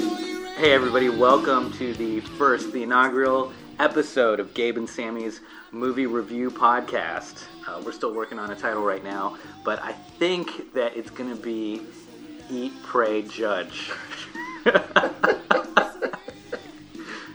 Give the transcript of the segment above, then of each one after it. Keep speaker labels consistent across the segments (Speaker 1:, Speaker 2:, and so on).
Speaker 1: Hey, everybody, welcome to the first, the inaugural episode of Gabe and Sammy's Movie Review Podcast. Uh, we're still working on a title right now, but I think that it's going to be Eat, Pray, Judge.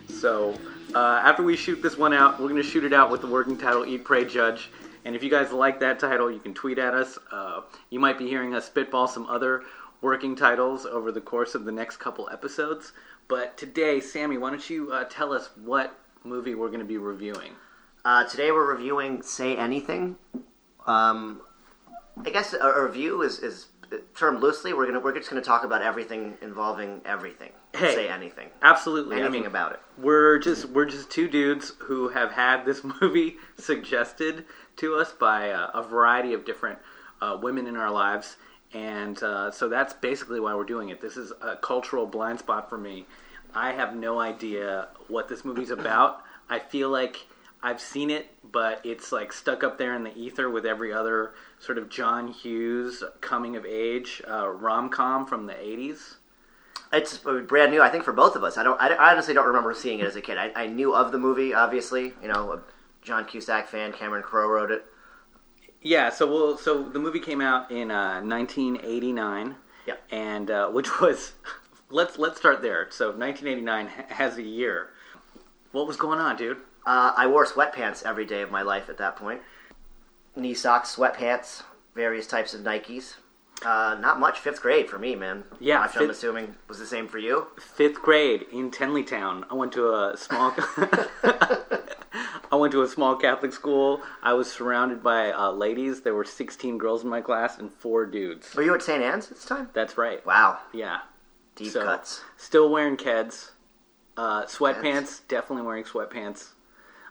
Speaker 1: so, uh, after we shoot this one out, we're going to shoot it out with the working title Eat, Pray, Judge. And if you guys like that title, you can tweet at us. Uh, you might be hearing us spitball some other working titles over the course of the next couple episodes. But today, Sammy, why don't you uh, tell us what movie we're going to be reviewing?
Speaker 2: Uh, today we're reviewing Say Anything. Um, I guess a, a review is, is termed loosely. We're gonna we're just gonna talk about everything involving everything.
Speaker 1: Hey.
Speaker 2: Say anything.
Speaker 1: Absolutely.
Speaker 2: Anything
Speaker 1: I mean,
Speaker 2: about it.
Speaker 1: We're just we're just two dudes who have had this movie suggested to us by uh, a variety of different uh, women in our lives, and uh, so that's basically why we're doing it. This is a cultural blind spot for me. I have no idea what this movie's about. I feel like I've seen it, but it's like stuck up there in the ether with every other sort of John Hughes coming of age uh, rom com from the '80s.
Speaker 2: It's brand new, I think, for both of us. I don't. I, I honestly don't remember seeing it as a kid. I, I knew of the movie, obviously. You know, a John Cusack fan. Cameron Crowe wrote it.
Speaker 1: Yeah, so we'll, so the movie came out in uh, 1989.
Speaker 2: Yep.
Speaker 1: And uh, which was let's let's start there. So 1989 ha- has a year. What was going on, dude?
Speaker 2: Uh, I wore sweatpants every day of my life at that point. Knee socks, sweatpants, various types of Nikes. Uh, not much fifth grade for me, man.
Speaker 1: Yeah,
Speaker 2: Which I'm
Speaker 1: fifth-
Speaker 2: assuming was the same for you.
Speaker 1: Fifth grade in Tenleytown. I went to a small I went to a small Catholic school. I was surrounded by uh, ladies. There were 16 girls in my class and four dudes.
Speaker 2: Were you at St. Anne's this time?
Speaker 1: That's right.
Speaker 2: Wow,
Speaker 1: Yeah.
Speaker 2: deep
Speaker 1: So,
Speaker 2: cuts.
Speaker 1: Still wearing Keds. Uh, sweatpants. Definitely wearing sweatpants.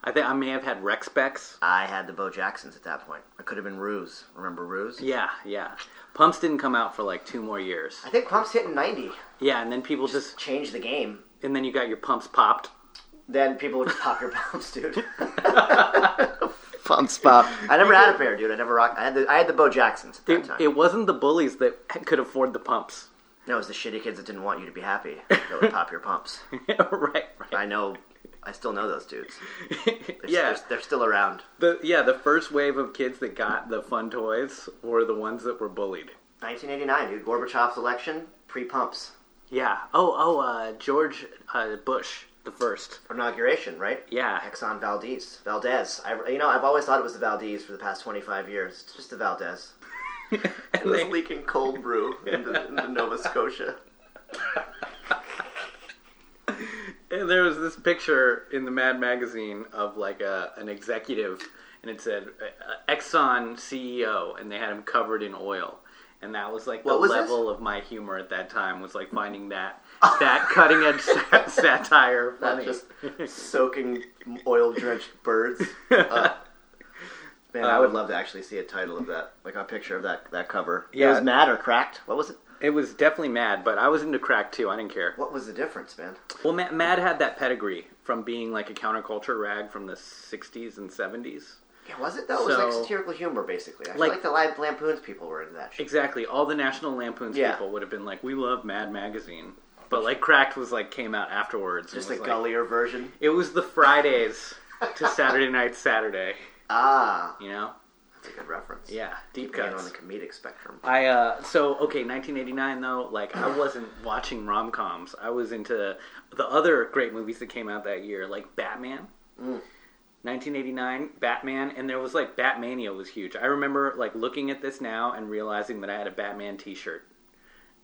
Speaker 1: I think I may have had rec specs.
Speaker 2: I had the Bo Jacksons at that point. I could have been Ruse. Remember Ruse?
Speaker 1: Yeah, yeah. Pumps didn't come out for like two more years.
Speaker 2: I think Pump's hitting 90.
Speaker 1: Yeah, and then people just
Speaker 2: Changed the game.
Speaker 1: and then you got your pumps popped.
Speaker 2: Then people would pop your pumps, dude. pumps pop. I never had a pair, dude. I never rocked. I had the, I had the Bo Jacksons at that
Speaker 1: It,
Speaker 2: time.
Speaker 1: it wasn't the bullies that could afford the pumps.
Speaker 2: No, it was the shitty kids that didn't want you to be happy that would pop your pumps.
Speaker 1: right, right.
Speaker 2: I know. I still know those dudes. They're,
Speaker 1: Yeah,
Speaker 2: they're, they're still around.
Speaker 1: the yeah the first wave of kids that got the fun toys were the ones that were bullied.
Speaker 2: 1989, dude. Gorbachev's election, pre-pumps
Speaker 1: Yeah. Oh, oh, uh, George uh, Bush the first.
Speaker 2: inauguration, right?
Speaker 1: Yeah.
Speaker 2: Exxon Valdez, Valdez. I, you know, I've always thought it was the Valdez for the past 25 years. It's just the Valdez. it was leaking cold brew into, into Nova Scotia.
Speaker 1: And there was this picture in the Mad magazine of like a, an executive, and it said uh, uh, Exxon CEO, and they had him covered in oil, and that was like the
Speaker 2: What was
Speaker 1: level of my humor at that time was like finding that that cutting edge sat- satire funny.
Speaker 2: Just soaking oil-drenched birds. up. man,
Speaker 1: Uh,
Speaker 2: I would love to actually see a title of that, like a picture of that that cover.
Speaker 1: Yeah.
Speaker 2: It was mad or cracked. What was it?
Speaker 1: It was definitely Mad, but I was into crack too. I didn't care.
Speaker 2: What was the difference, man?
Speaker 1: Well, Ma- Mad had that pedigree from being like a counterculture rag from the '60s and '70s.
Speaker 2: Yeah, was it though? it was like
Speaker 1: So-
Speaker 2: satirical humor, basically. I feel
Speaker 1: Like-
Speaker 2: like, the Live Lampoons people were into that shit.
Speaker 1: Exactly. All the National Lampoon's
Speaker 2: Yeah.
Speaker 1: people would have been like, "We love Mad Magazine," but like Cracked was like came out afterwards. and
Speaker 2: Just a
Speaker 1: was, like,
Speaker 2: gullier version.
Speaker 1: It was the Fridays to Saturday night Saturday.
Speaker 2: Ah,
Speaker 1: You know?
Speaker 2: that's a good reference.
Speaker 1: Yeah. Deep
Speaker 2: Keeping it on
Speaker 1: cuts.
Speaker 2: the comedic spectrum.
Speaker 1: I uh so okay, 1989 though, like I wasn't watching rom-coms. I was into the other great movies that came out that year, like Batman. 1989 Batman and there was like Batmania was huge. I remember like looking at this now and realizing that I had a Batman t-shirt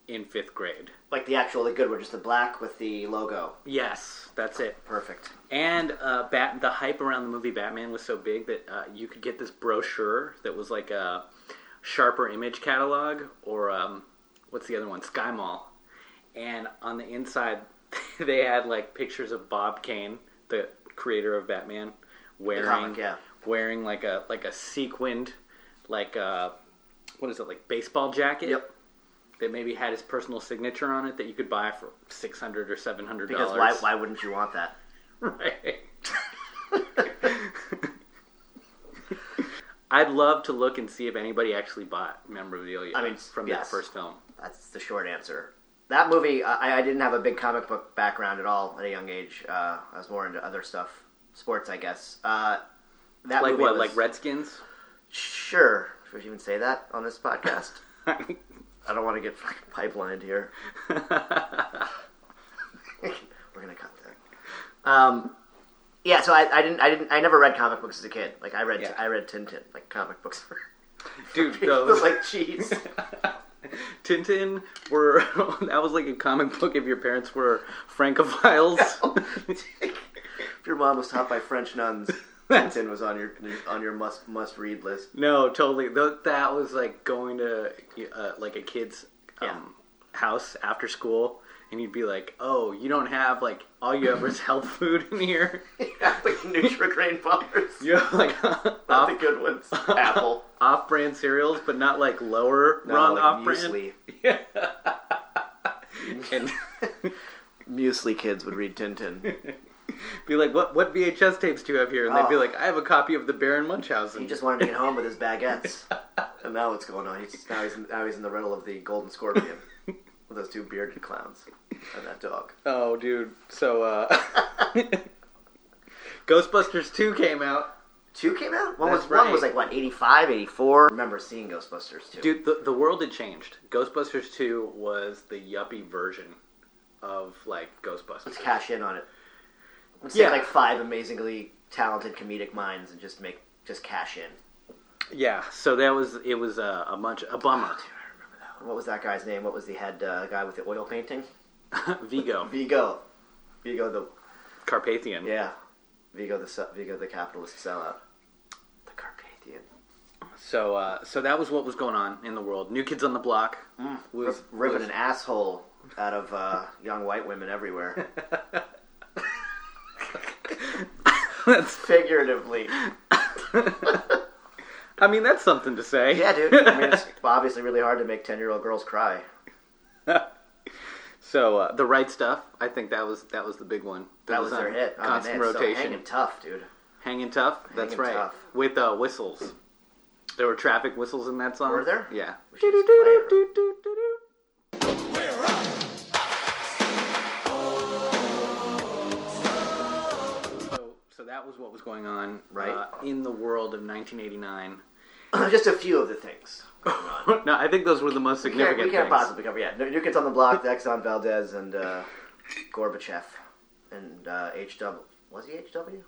Speaker 1: in 5th grade.
Speaker 2: Like the actual, the good one, just the black with the logo.
Speaker 1: Yes, that's it.
Speaker 2: Perfect.
Speaker 1: And uh, Bat- the hype around the movie Batman was so big that uh, you could get this brochure that was like a Sharper Image catalog or um, what's the other one? Sky Mall. And on the inside, they had like pictures of Bob Kane, the creator of Batman, wearing
Speaker 2: comic, yeah.
Speaker 1: wearing like a like a sequined like uh what is it like baseball jacket
Speaker 2: Yep.
Speaker 1: that maybe had his personal signature on it that you could buy for six hundred or seven hundred
Speaker 2: Because
Speaker 1: dollars.
Speaker 2: why, why wouldn't you want that?
Speaker 1: Right. I'd love to look and see if anybody actually bought memorabilia
Speaker 2: I mean,
Speaker 1: from that
Speaker 2: yes.
Speaker 1: first film.
Speaker 2: That's the short answer. That movie, I, I didn't have a big comic book background at all at a young age. Uh, I was more into other stuff, sports, I guess. Uh, that
Speaker 1: Like
Speaker 2: movie
Speaker 1: what?
Speaker 2: was-
Speaker 1: Like Redskins?
Speaker 2: Sure, should even say that on this podcast. I don't want to get fucking pipelined here. We're gonna cut that. Um, yeah, so I, I didn't, I didn't, I never read comic books as a kid. Like I read,
Speaker 1: Yeah.
Speaker 2: I read Tintin, like comic books.
Speaker 1: Dude,
Speaker 2: it
Speaker 1: those
Speaker 2: was like cheese.
Speaker 1: Tintin were that was like a comic book if your parents were Francophiles.
Speaker 2: if your mom was taught by French nuns, Tintin was on your on your must must read list.
Speaker 1: no, totally. Th- that was like going to uh, like a kid's um, house after school, and you'd be like, "Oh, you don't have like all you have is health food in here."
Speaker 2: like Nutrigrain bars,
Speaker 1: You have like
Speaker 2: not
Speaker 1: off,
Speaker 2: the good ones. Apple,
Speaker 1: off-brand cereals, but not like lower rung
Speaker 2: like
Speaker 1: off-brand.
Speaker 2: muesli.
Speaker 1: And
Speaker 2: Muesli kids would read Tintin.
Speaker 1: be like, "What what VHS tapes do you have here?" And they'd be
Speaker 2: Oh.
Speaker 1: like, "I have a copy of the Baron Munchausen."
Speaker 2: He just wanted to get home with his baguettes. and now what's going on? He's now he's now he's in the riddle of the golden scorpion with those two bearded clowns and that dog.
Speaker 1: Oh, dude. So, uh. Ghostbusters 2 came out.
Speaker 2: Two came out. One was
Speaker 1: That's
Speaker 2: one was
Speaker 1: right.
Speaker 2: like what 85, 84. I remember seeing Ghostbusters too.
Speaker 1: Dude, the, the world had changed. Ghostbusters 2 was the yuppie version of, like, Ghostbusters.
Speaker 2: Let's cash in on it. Let's
Speaker 1: Yeah.
Speaker 2: take like five amazingly talented comedic minds and just make just cash in.
Speaker 1: Yeah, so that was. It was a, a bunch. A bummer.
Speaker 2: I remember that one. What was that guy's name? What was the head uh, guy with the oil painting?
Speaker 1: Vigo.
Speaker 2: Vigo. Vigo the
Speaker 1: Carpathian.
Speaker 2: yeah. Vigo the se- Vigo the capitalist sellout. The Carpathian.
Speaker 1: So, uh, so that was what was going on in the world. New Kids on the Block
Speaker 2: Mm,
Speaker 1: was.
Speaker 2: ripping
Speaker 1: was-
Speaker 2: an asshole out of uh, young white women everywhere,
Speaker 1: that's,
Speaker 2: figuratively.
Speaker 1: I mean, that's something to say.
Speaker 2: Yeah, dude. I mean, it's obviously really hard to make ten-year-old girls cry.
Speaker 1: So uh, the right stuff, I think that was that was the big one.
Speaker 2: That was their
Speaker 1: on
Speaker 2: hit. I mean,
Speaker 1: Constant
Speaker 2: man, it's
Speaker 1: rotation,
Speaker 2: So hanging tough, dude.
Speaker 1: Hanging tough. That's
Speaker 2: Hanging
Speaker 1: right.
Speaker 2: Tough.
Speaker 1: With uh, whistles, there were traffic whistles in that song.
Speaker 2: Were there?
Speaker 1: Yeah.
Speaker 2: We should just play it.
Speaker 1: Do-do-do-do-do-do-do. So, so that was what was going on
Speaker 2: Right.
Speaker 1: uh, in the world of 1989.
Speaker 2: Just a few of the things.
Speaker 1: no, I think those were the most
Speaker 2: Yeah,
Speaker 1: significant
Speaker 2: we can't
Speaker 1: things.
Speaker 2: possibly cover. Yeah, New New Kids on the Block, the Exxon Valdez, and uh, Gorbachev, and uh, HW. Was he HW?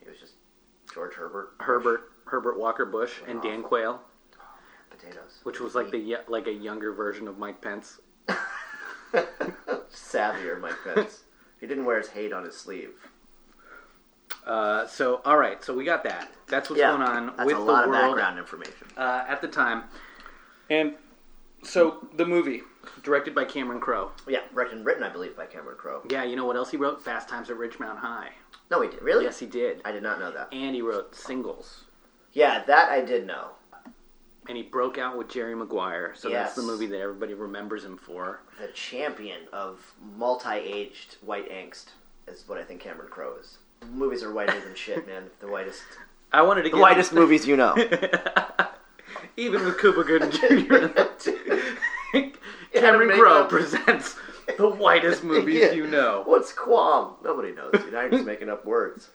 Speaker 2: He was just George Herbert.
Speaker 1: Herbert Herbert Walker Bush and Dan Quayle.
Speaker 2: Potatoes.
Speaker 1: which was like the ye- like a younger version of Mike Pence.
Speaker 2: savvier Mike Pence. he didn't wear his hate on his sleeve.
Speaker 1: Uh, so all right, so we got that. That's what's going on
Speaker 2: that's
Speaker 1: with
Speaker 2: a lot
Speaker 1: the
Speaker 2: of
Speaker 1: world
Speaker 2: background information. Oh,
Speaker 1: uh, at the time. And so the movie, directed by Cameron Crowe.
Speaker 2: Yeah, written, written, I believe, by Cameron Crowe.
Speaker 1: Yeah, you know what else he wrote? Fast Times at Ridgemont High.
Speaker 2: No, he did. Really?
Speaker 1: Yes, he did.
Speaker 2: I did not know that.
Speaker 1: And he wrote singles.
Speaker 2: Yeah, that I did know.
Speaker 1: And he broke out with Jerry Maguire, so that's
Speaker 2: Yes.
Speaker 1: the movie that everybody remembers him for.
Speaker 2: The champion of multi-aged white angst is what I think Cameron Crowe is. Movies are whiter than shit, man. The whitest,
Speaker 1: I wanted to get
Speaker 2: movies you know.
Speaker 1: even with Cuba Gooden Jr. Cameron
Speaker 2: make
Speaker 1: Crowe
Speaker 2: up-
Speaker 1: presents the whitest movies
Speaker 2: Yeah.
Speaker 1: you know.
Speaker 2: What's qualm? Nobody knows. Dude. Now you're just making up words.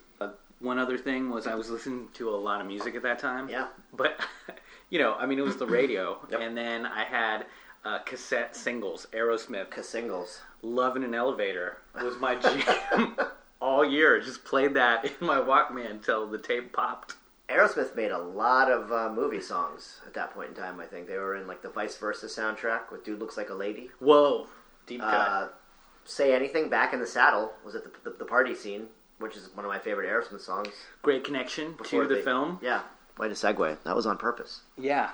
Speaker 1: One other thing was I was listening to a lot of music at that time.
Speaker 2: Yeah.
Speaker 1: But, you know, I mean, it was the radio.
Speaker 2: Yep.
Speaker 1: And then I had uh, cassette singles, Aerosmith,
Speaker 2: Cause singles.
Speaker 1: Love in an Elevator was my jam all year. Just played that in my Walkman until the tape popped.
Speaker 2: Aerosmith made a lot of uh, movie songs at that point in time. I think they were in like the Vice Versa soundtrack with "Dude Looks Like a Lady."
Speaker 1: Whoa. Deep cut.
Speaker 2: Uh, "Say Anything," "Back in the Saddle" was at the, the, the party scene, which is one of my favorite Aerosmith songs.
Speaker 1: Great connection to
Speaker 2: Or
Speaker 1: the
Speaker 2: they-
Speaker 1: film.
Speaker 2: Yeah. Way to segue. That was on purpose.
Speaker 1: Yeah.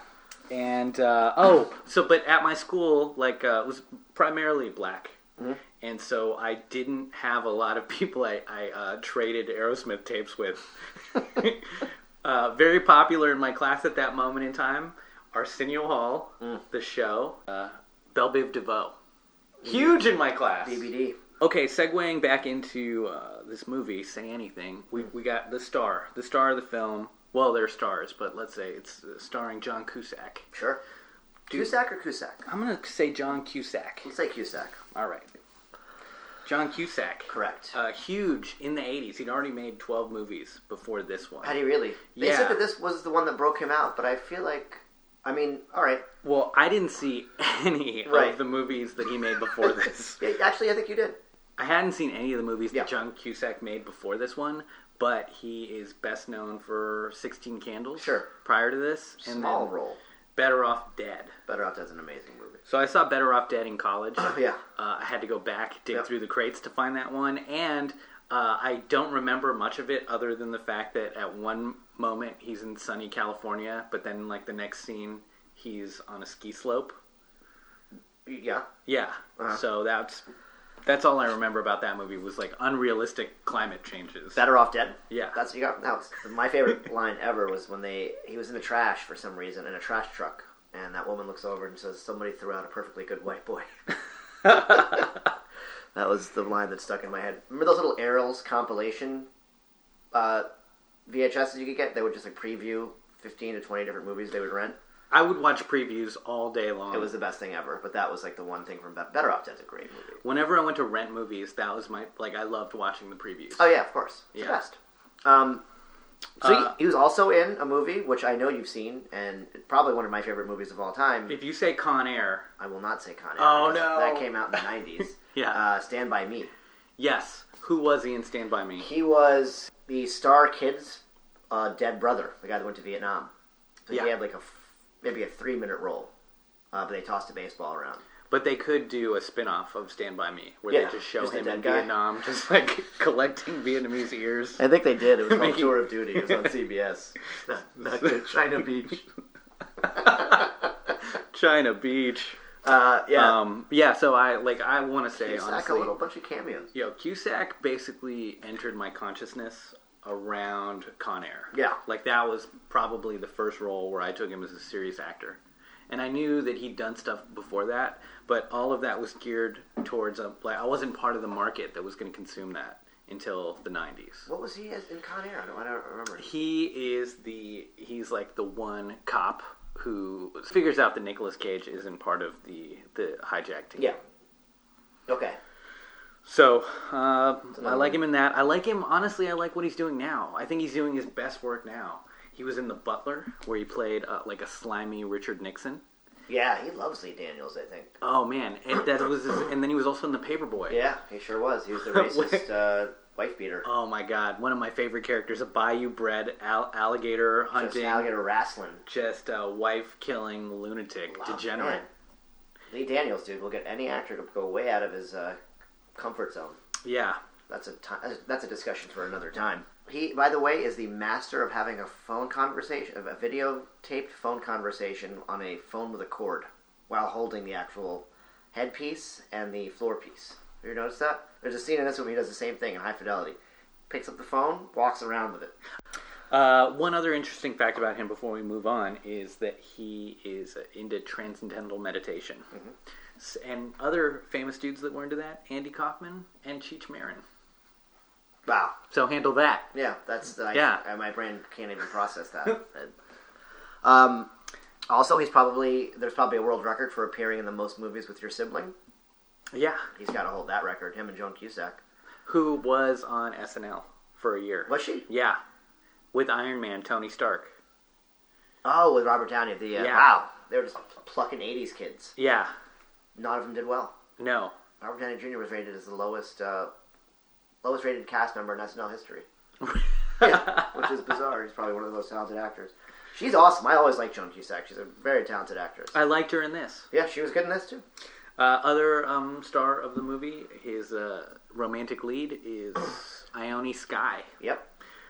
Speaker 1: And uh, oh, so but at my school, like, uh, it was primarily black, and so I didn't have a lot of people I, I uh, traded Aerosmith tapes with. uh, very popular in my class at that moment in time, Arsenio Hall, The Show, uh, Belle Biv DeVoe, huge in my class.
Speaker 2: DVD.
Speaker 1: Okay, segueing back into uh, this movie, say anything. We we got the star, the star of the film. Well, they're stars, but let's say it's uh, starring John Cusack.
Speaker 2: Sure. Cusack or Cusack?
Speaker 1: I'm gonna say John Cusack.
Speaker 2: Let's say Cusack.
Speaker 1: All right, John Cusack.
Speaker 2: Correct.
Speaker 1: Uh, huge in the '80s. He'd already made 12 movies before this one.
Speaker 2: Had he really? They
Speaker 1: Yeah.
Speaker 2: said that this was the one that broke him out, but I feel like, I mean, all right.
Speaker 1: Well, I didn't see any
Speaker 2: Right.
Speaker 1: of the movies that he made before this.
Speaker 2: Yeah, actually, I think you did.
Speaker 1: I hadn't seen any of the movies
Speaker 2: Yeah.
Speaker 1: that John Cusack made before this one, but he is best known for 16 Candles.
Speaker 2: Sure.
Speaker 1: Prior to this,
Speaker 2: Small role.
Speaker 1: Better Off Dead.
Speaker 2: Better Off Dead's an amazing movie.
Speaker 1: So I saw Better Off Dead in college.
Speaker 2: Yeah.
Speaker 1: Uh, I had to go back, dig
Speaker 2: Yep.
Speaker 1: through the crates to find that one, and uh, I don't remember much of it other than the fact that at one moment he's in sunny California, but then like the next scene he's on a ski slope.
Speaker 2: Yeah.
Speaker 1: Yeah.
Speaker 2: Uh-huh.
Speaker 1: So that's that's all I remember about that movie was like unrealistic climate changes.
Speaker 2: Better Off Dead.
Speaker 1: Yeah.
Speaker 2: That's what you got. That was my favorite line ever was when they he was in the trash for some reason in a trash truck, and that woman looks over and says, "Somebody threw out a perfectly good white boy." that was the line that stuck in my head. Remember those little Errol's compilation uh, VHSs you could get? They would just like preview fifteen to twenty different movies they would rent.
Speaker 1: I would watch previews all day long.
Speaker 2: It was the best thing ever. But that was like the one thing from Be- Better Off Dead's a great movie.
Speaker 1: whenever I went to rent movies, that was my like I loved watching the previews.
Speaker 2: Oh yeah, of course. It's The
Speaker 1: Yeah.
Speaker 2: best. Um, so
Speaker 1: Uh,
Speaker 2: he, he was also in a movie which I know you've seen, and probably one of my favorite movies of all time.
Speaker 1: If you say Con Air,
Speaker 2: I will not say Con Air.
Speaker 1: Oh, no.
Speaker 2: because that came out in the nineties.
Speaker 1: Yeah.
Speaker 2: uh, Stand by Me.
Speaker 1: yes. Who was he in Stand by Me?
Speaker 2: He was the star kid's uh, dead brother, the guy that went to Vietnam. So
Speaker 1: Yeah.
Speaker 2: he had like a f- maybe a three minute role, uh, but they tossed a baseball around.
Speaker 1: But they could do a spin-off of Stand by Me where
Speaker 2: Yeah,
Speaker 1: they just show
Speaker 2: just the
Speaker 1: him
Speaker 2: dead
Speaker 1: in
Speaker 2: guy.
Speaker 1: Vietnam just like collecting Vietnamese ears.
Speaker 2: I think they did. It was
Speaker 1: called Tour
Speaker 2: of Duty. It was on CBS. China Beach.
Speaker 1: China Beach.
Speaker 2: Uh, yeah.
Speaker 1: Um yeah, so I like I want to say
Speaker 2: Cusack,
Speaker 1: honestly
Speaker 2: a little bunch of cameos.
Speaker 1: Yo, Cusack basically entered my consciousness around Con Air.
Speaker 2: Yeah.
Speaker 1: Like, that was probably the first role where I took him as a serious actor. And I knew that he'd done stuff before that, but all of that was geared towards a. Like, I wasn't part of the market that was going to consume that until the 90s.
Speaker 2: What was he as in Con Air? I don't, I don't remember.
Speaker 1: He is the. He's like the one cop who figures out that Nicolas Cage isn't part of the, the hijack team.
Speaker 2: Yeah. Okay.
Speaker 1: So uh, I like him in that. I like him honestly. I like what he's doing now. I think he's doing his best work now. He was in The Butler, where he played uh, like a slimy Richard Nixon.
Speaker 2: Yeah, he loves Lee Daniels. I think.
Speaker 1: Oh man, and that was. His, and then he was also in The Paperboy.
Speaker 2: Yeah, he sure was. He was the racist uh, wife beater.
Speaker 1: Oh my god, one of my favorite characters: a bayou bred al- alligator
Speaker 2: Just
Speaker 1: hunting,
Speaker 2: alligator wrestling.
Speaker 1: just a wife killing lunatic, degenerate.
Speaker 2: Man. Lee Daniels, dude, will get any actor to go way out of his uh, comfort zone.
Speaker 1: Yeah,
Speaker 2: That's a ti- uh, that's a discussion for another time. He, by the way, is the master of having a phone conversation, of a videotaped phone conversation on a phone with a cord, while holding the actual headpiece and the floor piece. Have you noticed that? There's a scene in this movie. He does the same thing in high fidelity. Picks up the phone, walks around with it.
Speaker 1: Uh, one other interesting fact about him before we move on is that he is into transcendental meditation. S And other famous dudes that were into that, Andy Kaufman and Cheech Marin.
Speaker 2: Wow.
Speaker 1: So handle that.
Speaker 2: Yeah, that's I,
Speaker 1: Yeah.
Speaker 2: I- my brain can't even process that. um, also, he's probably there's probably a world record for appearing in the most movies with your sibling.
Speaker 1: Yeah.
Speaker 2: He's got to hold that record. Him and Joan Cusack.
Speaker 1: Who was on SNL for a year.
Speaker 2: Was she?
Speaker 1: Yeah. With Iron Man, Tony Stark.
Speaker 2: Oh, with Robert Downey. The uh,
Speaker 1: Yeah.
Speaker 2: wow, they were just plucking '80s kids.
Speaker 1: Yeah.
Speaker 2: None of them did well.
Speaker 1: No.
Speaker 2: Robert Downey Jr. was rated as the lowest uh, lowest rated cast member in SNL history, yeah, which is bizarre. He's probably one of the most talented actors. She's awesome. I always liked Joan Cusack. She's a very talented actress.
Speaker 1: I liked her in this.
Speaker 2: Yeah, she was good in this too.
Speaker 1: Uh, other um, star of the movie, his uh, romantic lead is Ione Sky.
Speaker 2: Yep.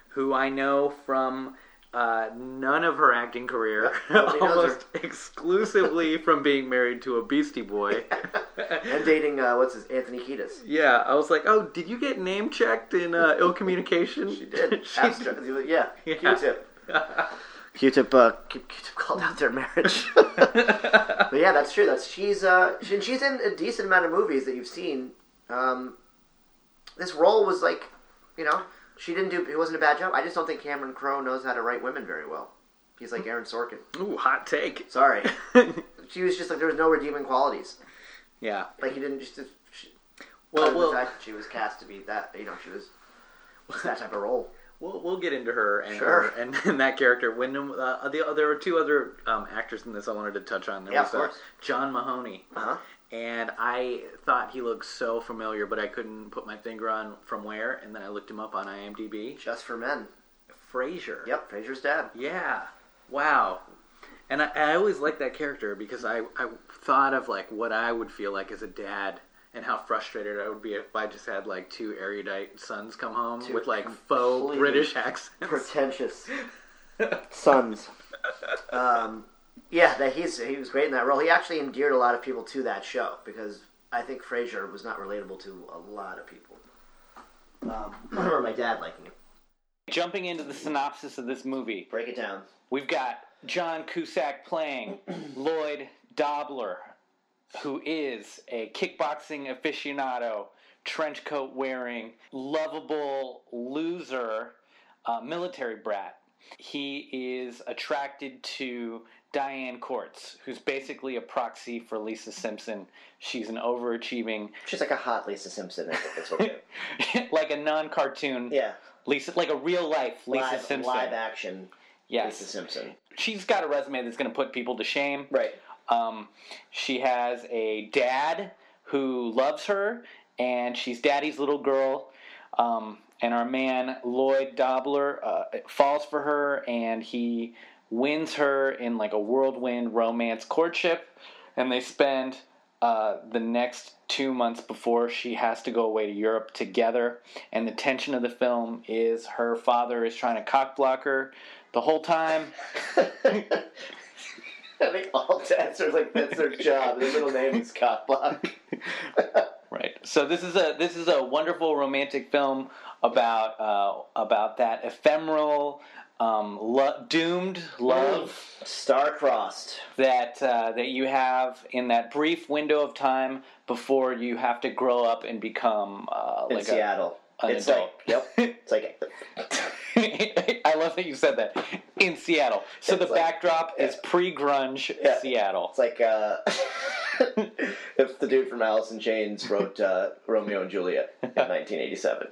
Speaker 1: who I know from uh, none of her acting career,
Speaker 2: nobody knows
Speaker 1: almost exclusively from being married to a Beastie Boy.
Speaker 2: and dating uh, what's his Anthony Kiedis.
Speaker 1: yeah, I was like, oh, did you get name checked in uh, ill communication? she she
Speaker 2: Abstract- yeah,
Speaker 1: Yeah.
Speaker 2: Q-tip. Q-tip, uh, Q- Q-tip called out their marriage. but yeah, that's true. That's she's uh, she, and she's in a decent amount of movies that you've seen. Um, this role was like, you know, she didn't do. It wasn't a bad job. I just don't think Cameron Crowe knows how to write women very well. He's like Aaron Sorkin.
Speaker 1: Ooh, hot take.
Speaker 2: Sorry, she was just like there was no redeeming qualities.
Speaker 1: Yeah.
Speaker 2: Like he didn't just. She,
Speaker 1: Well,
Speaker 2: other than
Speaker 1: well-
Speaker 2: the fact that she was cast to be that you know she was it's that type of role.
Speaker 1: We'll, we'll get into her and
Speaker 2: Sure.
Speaker 1: her and, and that character. When uh, the, there were two other um, actors in this I wanted to touch on. There
Speaker 2: Yeah,
Speaker 1: was
Speaker 2: of
Speaker 1: uh,
Speaker 2: course.
Speaker 1: John Mahoney,
Speaker 2: Uh-huh.
Speaker 1: and I thought he looked so familiar, but I couldn't put my finger on from where. And then I looked him up on IMDb.
Speaker 2: Just for men.
Speaker 1: Frasier.
Speaker 2: Yep, Fraser's dad.
Speaker 1: Yeah. Wow. And I, I always liked that character because I, I thought of like what I would feel like as a dad and how frustrated I would be if I just had like two erudite sons come home with like faux
Speaker 2: completely
Speaker 1: British accents.
Speaker 2: Pretentious sons. Um, yeah, that he's he was great in that role. He actually endeared a lot of people to that show because I think Frasier was not relatable to a lot of people. Um, I remember my dad liking it.
Speaker 1: Jumping into the synopsis of this movie,
Speaker 2: Break it down.
Speaker 1: We've got John Cusack playing Lloyd Dobler, who is a kickboxing aficionado, trench coat wearing, lovable loser, uh, military brat. He is attracted to Diane Courts, who's basically a proxy for Lisa Simpson. She's an overachieving,
Speaker 2: She's like a hot Lisa Simpson. I think that's what it is.
Speaker 1: like a non-cartoon
Speaker 2: yeah,
Speaker 1: Lisa, like a real-life Lisa
Speaker 2: live,
Speaker 1: Simpson.
Speaker 2: live action
Speaker 1: yes,
Speaker 2: Lisa Simpson.
Speaker 1: she's got a resume that's going to put people to shame.
Speaker 2: Right.
Speaker 1: Um, she has a dad who loves her, and she's daddy's little girl. Um, and our man Lloyd Dobler uh, falls for her, and he wins her in like a whirlwind romance courtship. And they spend uh, the next two months before she has to go away to Europe together. And the tension of the film is her father is trying to cock block her the whole time.
Speaker 2: I think all dads are like that's their job. Their middle name is Cockblock.
Speaker 1: Right. So this is a this is a wonderful romantic film about uh, about that ephemeral, um, lo- doomed love
Speaker 2: Star crossed.
Speaker 1: that uh, that you have in that brief window of time before you have to grow up and become uh,
Speaker 2: in
Speaker 1: like a,
Speaker 2: Seattle.
Speaker 1: an
Speaker 2: it's
Speaker 1: adult.
Speaker 2: like yep. It's like
Speaker 1: I love that you said that in Seattle. So
Speaker 2: It's
Speaker 1: the
Speaker 2: like-
Speaker 1: backdrop is pre-grunge
Speaker 2: Yeah.
Speaker 1: Seattle.
Speaker 2: it's like uh, if the dude from Alice in Chains wrote uh, Romeo and Juliet in 1987.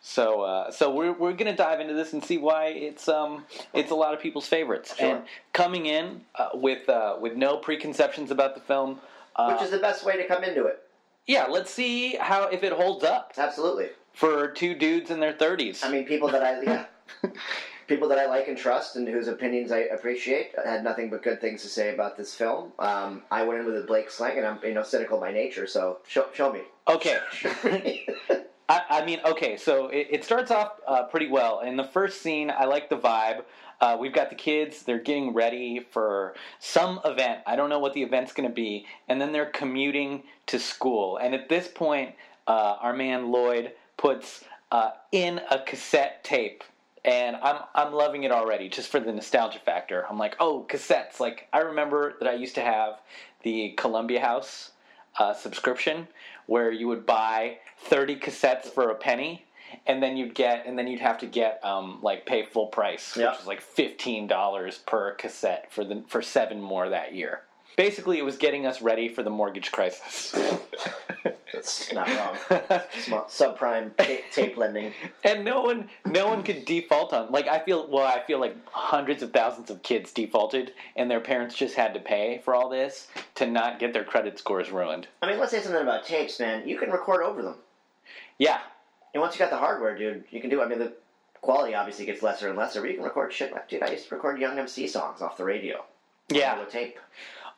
Speaker 1: So, uh, so we're we're gonna dive into this and see why it's um it's a lot of people's favorites. And coming in uh, with uh, with no preconceptions about the film, uh,
Speaker 2: Which is the best way to come into it.
Speaker 1: yeah, let's see how if it holds up
Speaker 2: Absolutely.
Speaker 1: for two dudes in their thirties.
Speaker 2: I mean, people that I yeah, people that I like and trust, and whose opinions I appreciate, had nothing but good things to say about this film. Um, I went in with a Blake slang, and I'm you know cynical by nature, so show, show me.
Speaker 1: okay, I, I mean, okay, so it, it starts off uh, pretty well. In the first scene, I like the vibe. Uh, we've got the kids, they're getting ready for some event. I don't know what the event's going to be. And then they're commuting to school. And at this point, uh, our man Lloyd puts uh, in a cassette tape. And I'm, I'm loving it already just for the nostalgia factor. I'm like, oh, cassettes. Like, I remember that I used to have the Columbia House uh, subscription where you would buy 30 cassettes for a penny and then you'd get and then you'd have to get um, like pay full price which
Speaker 2: Yeah.
Speaker 1: was like $15 per cassette for the for seven more that year basically it was getting us ready for the mortgage crisis
Speaker 2: That's not wrong. Small, subprime ta- tape lending.
Speaker 1: and no one no one could default on like i feel well i feel like hundreds of thousands of kids defaulted and their parents just had to pay for all this to not get their credit scores ruined
Speaker 2: I mean, let's say something about tapes, man. You can record over them.
Speaker 1: yeah
Speaker 2: And once you got the hardware, dude, you can do. I mean, the quality obviously gets lesser and lesser, but you can record shit. Like, dude, I used to record Young MC songs off the radio.
Speaker 1: yeah
Speaker 2: With tape.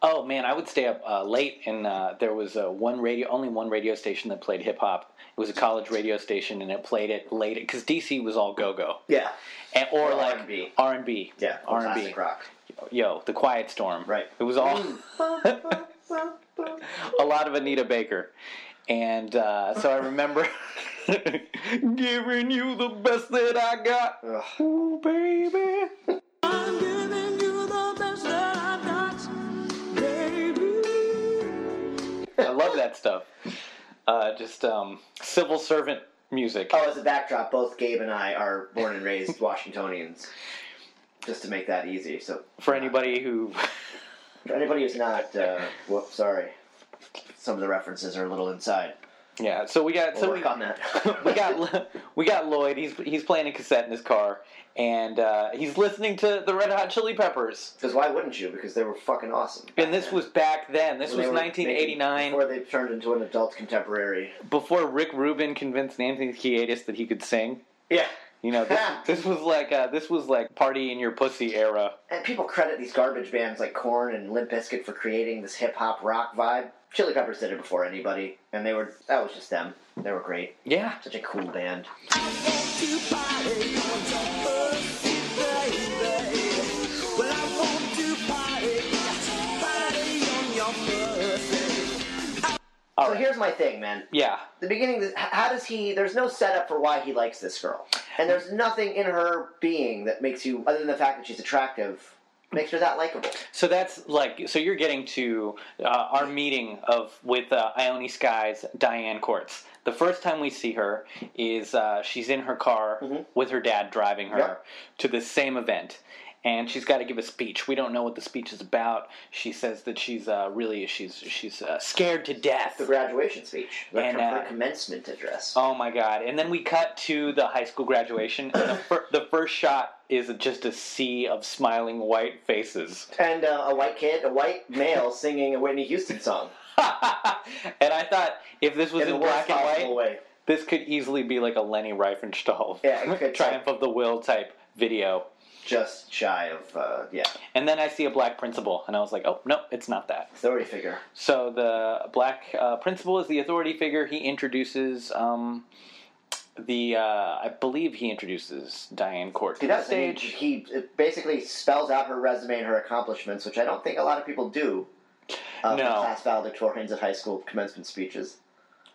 Speaker 1: Oh man, I would stay up uh, late, and uh, there was uh, one radio, only one radio station that played hip hop. It was a college radio station, and it played it late because DC was all go go,
Speaker 2: Yeah.
Speaker 1: and or
Speaker 2: Or
Speaker 1: like
Speaker 2: R&B.
Speaker 1: R and B,
Speaker 2: Yeah.
Speaker 1: R and B,
Speaker 2: Classic rock.
Speaker 1: yo, the Quiet Storm,
Speaker 2: Right. Mm.
Speaker 1: It was all a lot of Anita Baker, and uh, so I remember giving you the best that I got.
Speaker 2: Ugh.
Speaker 1: Ooh, baby. I love that stuff. Uh, just um, civil servant music.
Speaker 2: Oh, as a backdrop, both Gabe and I are born and raised Washingtonians. Just to make that easy. So
Speaker 1: For anybody who
Speaker 2: For anybody who's not, uh, whoops, sorry. Some of the references are a little inside.
Speaker 1: Yeah, so we got
Speaker 2: We'll
Speaker 1: so
Speaker 2: work
Speaker 1: we,
Speaker 2: on that.
Speaker 1: we got we got Lloyd. He's he's playing a cassette in his car, and uh, he's listening to the Red Hot Chili Peppers.
Speaker 2: Because why wouldn't you? Because they were fucking awesome.
Speaker 1: And this was back then. This
Speaker 2: When they
Speaker 1: was
Speaker 2: were making-
Speaker 1: 1989,
Speaker 2: Before they turned into an adult contemporary.
Speaker 1: before Rick Rubin convinced Anthony Kiedis that he could sing.
Speaker 2: Yeah.
Speaker 1: You know, this, this was like uh, this was like party in your pussy era.
Speaker 2: And people credit these garbage bands like Korn and Limp Bizkit for creating this hip hop rock vibe. Chili Peppers did it before anybody, and they were that was just them. They were great.
Speaker 1: Yeah,
Speaker 2: Such a cool band.
Speaker 1: all
Speaker 2: So
Speaker 1: right,
Speaker 2: here's my thing, man.
Speaker 1: yeah.
Speaker 2: The beginning, h- how does he? There's no setup for why he likes this girl, and there's nothing in her being that makes you, other than the fact that she's attractive, makes her that likable.
Speaker 1: So that's like so you're getting to uh, our meeting of with uh, Ione Sky's Diane Quartz. The first time we see her is uh, she's in her car with her dad driving her
Speaker 2: Yeah.
Speaker 1: to the same event. And she's got to give a speech. We don't know what the speech is about. She says that she's uh, really she's she's uh, scared to death.
Speaker 2: The graduation speech, the
Speaker 1: And,
Speaker 2: her
Speaker 1: uh,
Speaker 2: commencement address.
Speaker 1: Oh my god! And then we cut to the high school graduation, and the, fir- the first shot is just a sea of smiling white faces.
Speaker 2: and uh, a white kid, a white male, singing a Whitney Houston song
Speaker 1: and I thought if this was
Speaker 2: in
Speaker 1: in,
Speaker 2: the worst
Speaker 1: black and white,
Speaker 2: possible way.
Speaker 1: this could easily be like a Lenny Riefenstahl
Speaker 2: Yeah, it could.
Speaker 1: Triumph of the Will type video.
Speaker 2: Just shy of, uh, yeah,
Speaker 1: And then I see a black principal, and I was like, oh, no, it's not that.
Speaker 2: authority figure.
Speaker 1: So the black uh, principal is the authority figure. He introduces um, the, uh, I believe he introduces Diane Court to the
Speaker 2: does, and
Speaker 1: stage.
Speaker 2: He, he it basically spells out her resume and her accomplishments, which I don't think a lot of people do. Uh, for
Speaker 1: No.
Speaker 2: class valedictorians at high school commencement speeches.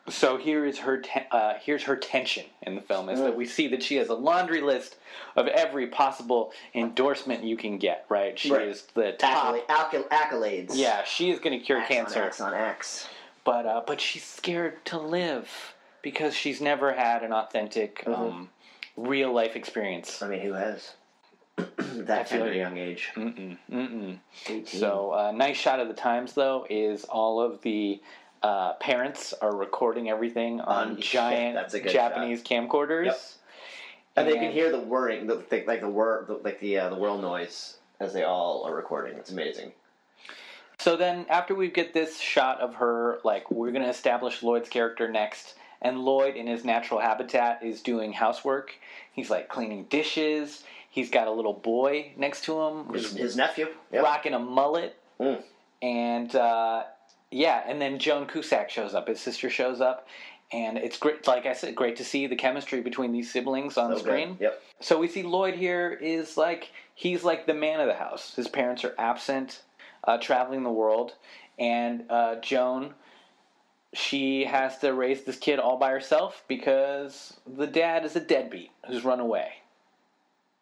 Speaker 1: So here is her te- uh, here's her tension in the film is that we see that she has a laundry list of every possible endorsement you can get. Right? She
Speaker 2: Right.
Speaker 1: is the top.
Speaker 2: Accolade, accol- accolades.
Speaker 1: Yeah, she is going to cure
Speaker 2: Axe
Speaker 1: cancer,
Speaker 2: On axe on axe.
Speaker 1: but uh, but she's scared to live because she's never had an authentic,
Speaker 2: Mm-hmm.
Speaker 1: um, real life experience.
Speaker 2: I mean, who has? that
Speaker 1: feel
Speaker 2: kind of
Speaker 1: you.
Speaker 2: young age.
Speaker 1: Mm-mm, mm-mm.
Speaker 2: 18.
Speaker 1: So uh, nice shot of the times though is all of the. Uh, parents are recording everything on
Speaker 2: Um, yeah,
Speaker 1: giant
Speaker 2: that's a good
Speaker 1: Japanese camcorders.
Speaker 2: Yep. and they can
Speaker 1: and-
Speaker 2: hear the whirring, the, the, like the whir, the, like the uh, the whirl noise as they all are recording. It's amazing.
Speaker 1: So then, after we get this shot of her, like we're gonna establish Lloyd's character next, and Lloyd in his natural habitat is doing housework. He's like cleaning dishes. He's got a little boy next to him
Speaker 2: His,
Speaker 1: who's
Speaker 2: his nephew. Yep.
Speaker 1: rocking a mullet,
Speaker 2: Mm.
Speaker 1: and uh, yeah, and then Joan Cusack shows up. His sister shows up, and it's great. Like I said, great to see the chemistry between these siblings on
Speaker 2: So good.
Speaker 1: screen.
Speaker 2: Yep.
Speaker 1: So we see Lloyd here is like he's like the man of the house. His parents are absent, uh, traveling the world, and uh, Joan she has to raise this kid all by herself because the dad is a deadbeat who's run away.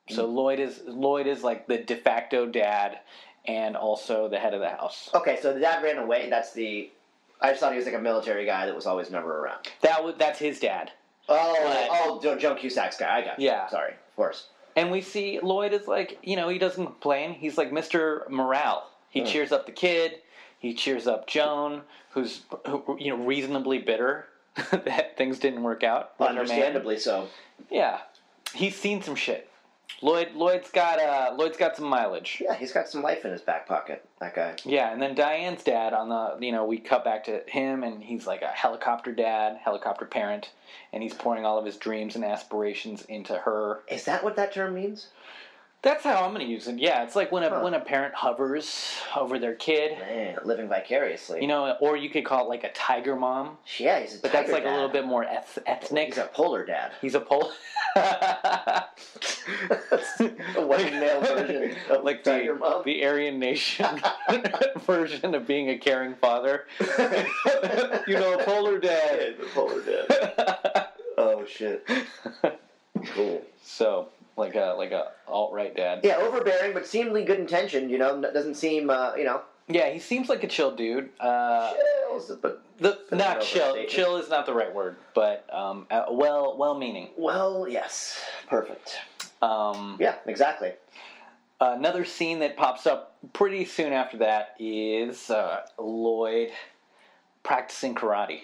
Speaker 1: So Lloyd is Lloyd is like the de facto dad and also the head of the house.
Speaker 2: Okay, so the dad ran away. That's the. I just thought he was like a military guy that was always never around.
Speaker 1: That was that's his dad.
Speaker 2: Oh,
Speaker 1: Right.
Speaker 2: oh, Joe, Joe Cusack's guy. I got. you.
Speaker 1: Yeah.
Speaker 2: Sorry. Of course.
Speaker 1: And we see Lloyd is like, you know, he doesn't complain. He's like Mr. Morale. He cheers up the kid. He cheers up Joan, who's who, you know reasonably bitter that things didn't work out. with her man.
Speaker 2: Understandably so.
Speaker 1: yeah. He's seen some shit. Lloyd Lloyd's got uh Lloyd's got some mileage.
Speaker 2: Yeah, he's got some life in his back pocket. That guy.
Speaker 1: Yeah, and then Diane's dad on the you know we cut back to him and he's like a helicopter dad, helicopter parent, and he's pouring all of his dreams and aspirations into her.
Speaker 2: Is that what that term means?
Speaker 1: That's how I'm gonna use it. Yeah, it's like when a
Speaker 2: Huh.
Speaker 1: when a parent hovers over their kid,
Speaker 2: Man, living vicariously.
Speaker 1: you know, or you could call it like a tiger mom,
Speaker 2: yeah, he's a.
Speaker 1: but that's
Speaker 2: tiger
Speaker 1: like
Speaker 2: dad.
Speaker 1: a little bit more eth- ethnic.
Speaker 2: He's a polar dad.
Speaker 1: He's a pole.
Speaker 2: a white male version of
Speaker 1: like
Speaker 2: Tiger
Speaker 1: the,
Speaker 2: Mom.
Speaker 1: the Aryan Nation version of being a caring father. you know, a polar
Speaker 2: Yeah,
Speaker 1: dad.
Speaker 2: the polar dad. oh shit. Cool.
Speaker 1: So, like a like a alt right dad.
Speaker 2: Yeah, overbearing, but seemingly good intention. You know, n- doesn't seem. Uh, you know.
Speaker 1: Yeah, he seems like a chill dude. Uh,
Speaker 2: chills, but
Speaker 1: the, not
Speaker 2: an
Speaker 1: chill.
Speaker 2: overstatement.
Speaker 1: Chill is not the right word, but um, uh, well, well meaning.
Speaker 2: well, yes, perfect.
Speaker 1: Um,
Speaker 2: Yeah, exactly.
Speaker 1: Another scene that pops up pretty soon after that is uh, Lloyd practicing karate.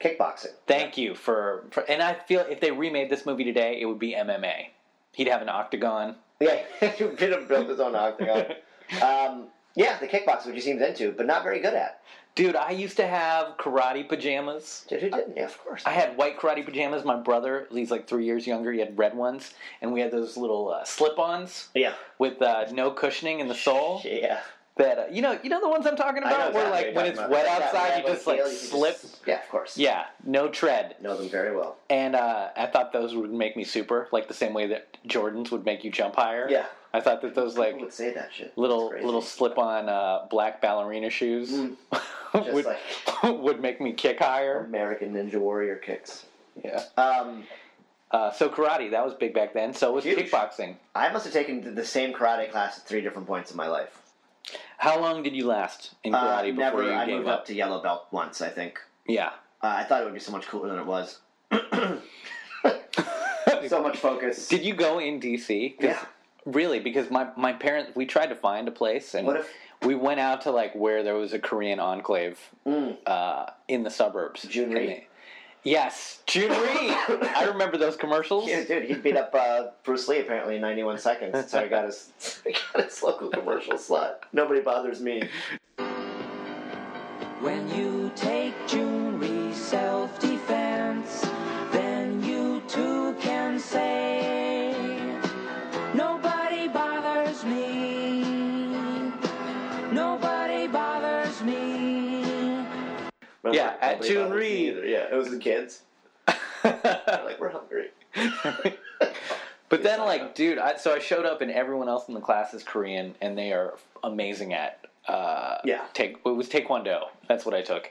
Speaker 2: Kickboxing.
Speaker 1: Thank you for, for. And I feel if they remade this movie today, it would be MMA. He'd have an octagon.
Speaker 2: Yeah, he could have built his own octagon. um, yeah, the kickboxing, which he seems into, but not very good at.
Speaker 1: Dude, I used to have karate pajamas.
Speaker 2: Dude, who didn't? Yeah, of course.
Speaker 1: I had white karate pajamas. My brother, he's like three years younger, he had red ones. And we had those little uh, slip ons
Speaker 2: yeah.
Speaker 1: with uh, no cushioning in the sole.
Speaker 2: Yeah.
Speaker 1: That, uh, you know, you know the ones I'm talking
Speaker 2: I know
Speaker 1: about? Where
Speaker 2: exactly
Speaker 1: like
Speaker 2: what
Speaker 1: when
Speaker 2: you're
Speaker 1: it's
Speaker 2: talking
Speaker 1: wet
Speaker 2: about. Yeah,
Speaker 1: outside,
Speaker 2: yeah,
Speaker 1: you just
Speaker 2: when
Speaker 1: like
Speaker 2: it's stale, you
Speaker 1: slip.
Speaker 2: can just- Yeah, of course.
Speaker 1: Yeah, no tread.
Speaker 2: Know them very well.
Speaker 1: And uh, I thought those would make me super, like the same way that Jordans would make you jump higher.
Speaker 2: Yeah.
Speaker 1: I thought that those
Speaker 2: Who
Speaker 1: like
Speaker 2: would say that shit? It's
Speaker 1: little
Speaker 2: crazy. Mm.
Speaker 1: little slip on uh, black ballerina shoes would would make me kick higher.
Speaker 2: American Ninja Warrior kicks.
Speaker 1: Yeah.
Speaker 2: Um,
Speaker 1: Uh, so karate that was big back then. So was
Speaker 2: Huge.
Speaker 1: kickboxing.
Speaker 2: I must have taken th- the same karate class at three different points in my life.
Speaker 1: How long did you last in
Speaker 2: Uh,
Speaker 1: karate before
Speaker 2: never,
Speaker 1: you
Speaker 2: I
Speaker 1: gave
Speaker 2: moved
Speaker 1: up?
Speaker 2: up to yellow belt once, I think.
Speaker 1: Yeah.
Speaker 2: Uh, I thought it would be so much cooler than it was. so much focus.
Speaker 1: Did you go in DC? 'Cause-
Speaker 2: Yeah.
Speaker 1: Really, because my my parents, we tried to find a place, and
Speaker 2: What if-
Speaker 1: we went out to like where there was a Korean enclave
Speaker 2: mm.
Speaker 1: uh, in the suburbs.
Speaker 2: Junri?
Speaker 1: And they- Yes, Junri. I remember those commercials.
Speaker 2: Yeah, dude, he beat up uh, Bruce Lee apparently in 91 seconds, so he got his he got his local commercial slot. Nobody bothers me.
Speaker 3: When you take jewelry self defense, then you too can say, Nobody bothers me. Nobody bothers me.
Speaker 2: Remember,
Speaker 1: Yeah, at
Speaker 2: nobody bothers
Speaker 1: Junri.
Speaker 2: me either. Yeah, it was the kids. They're like we're hungry.
Speaker 1: But then, like, dude, I, so I showed up, and everyone else in the class is Korean, and they are amazing at uh,
Speaker 2: Yeah.
Speaker 1: Take it was Taekwondo. That's what I took,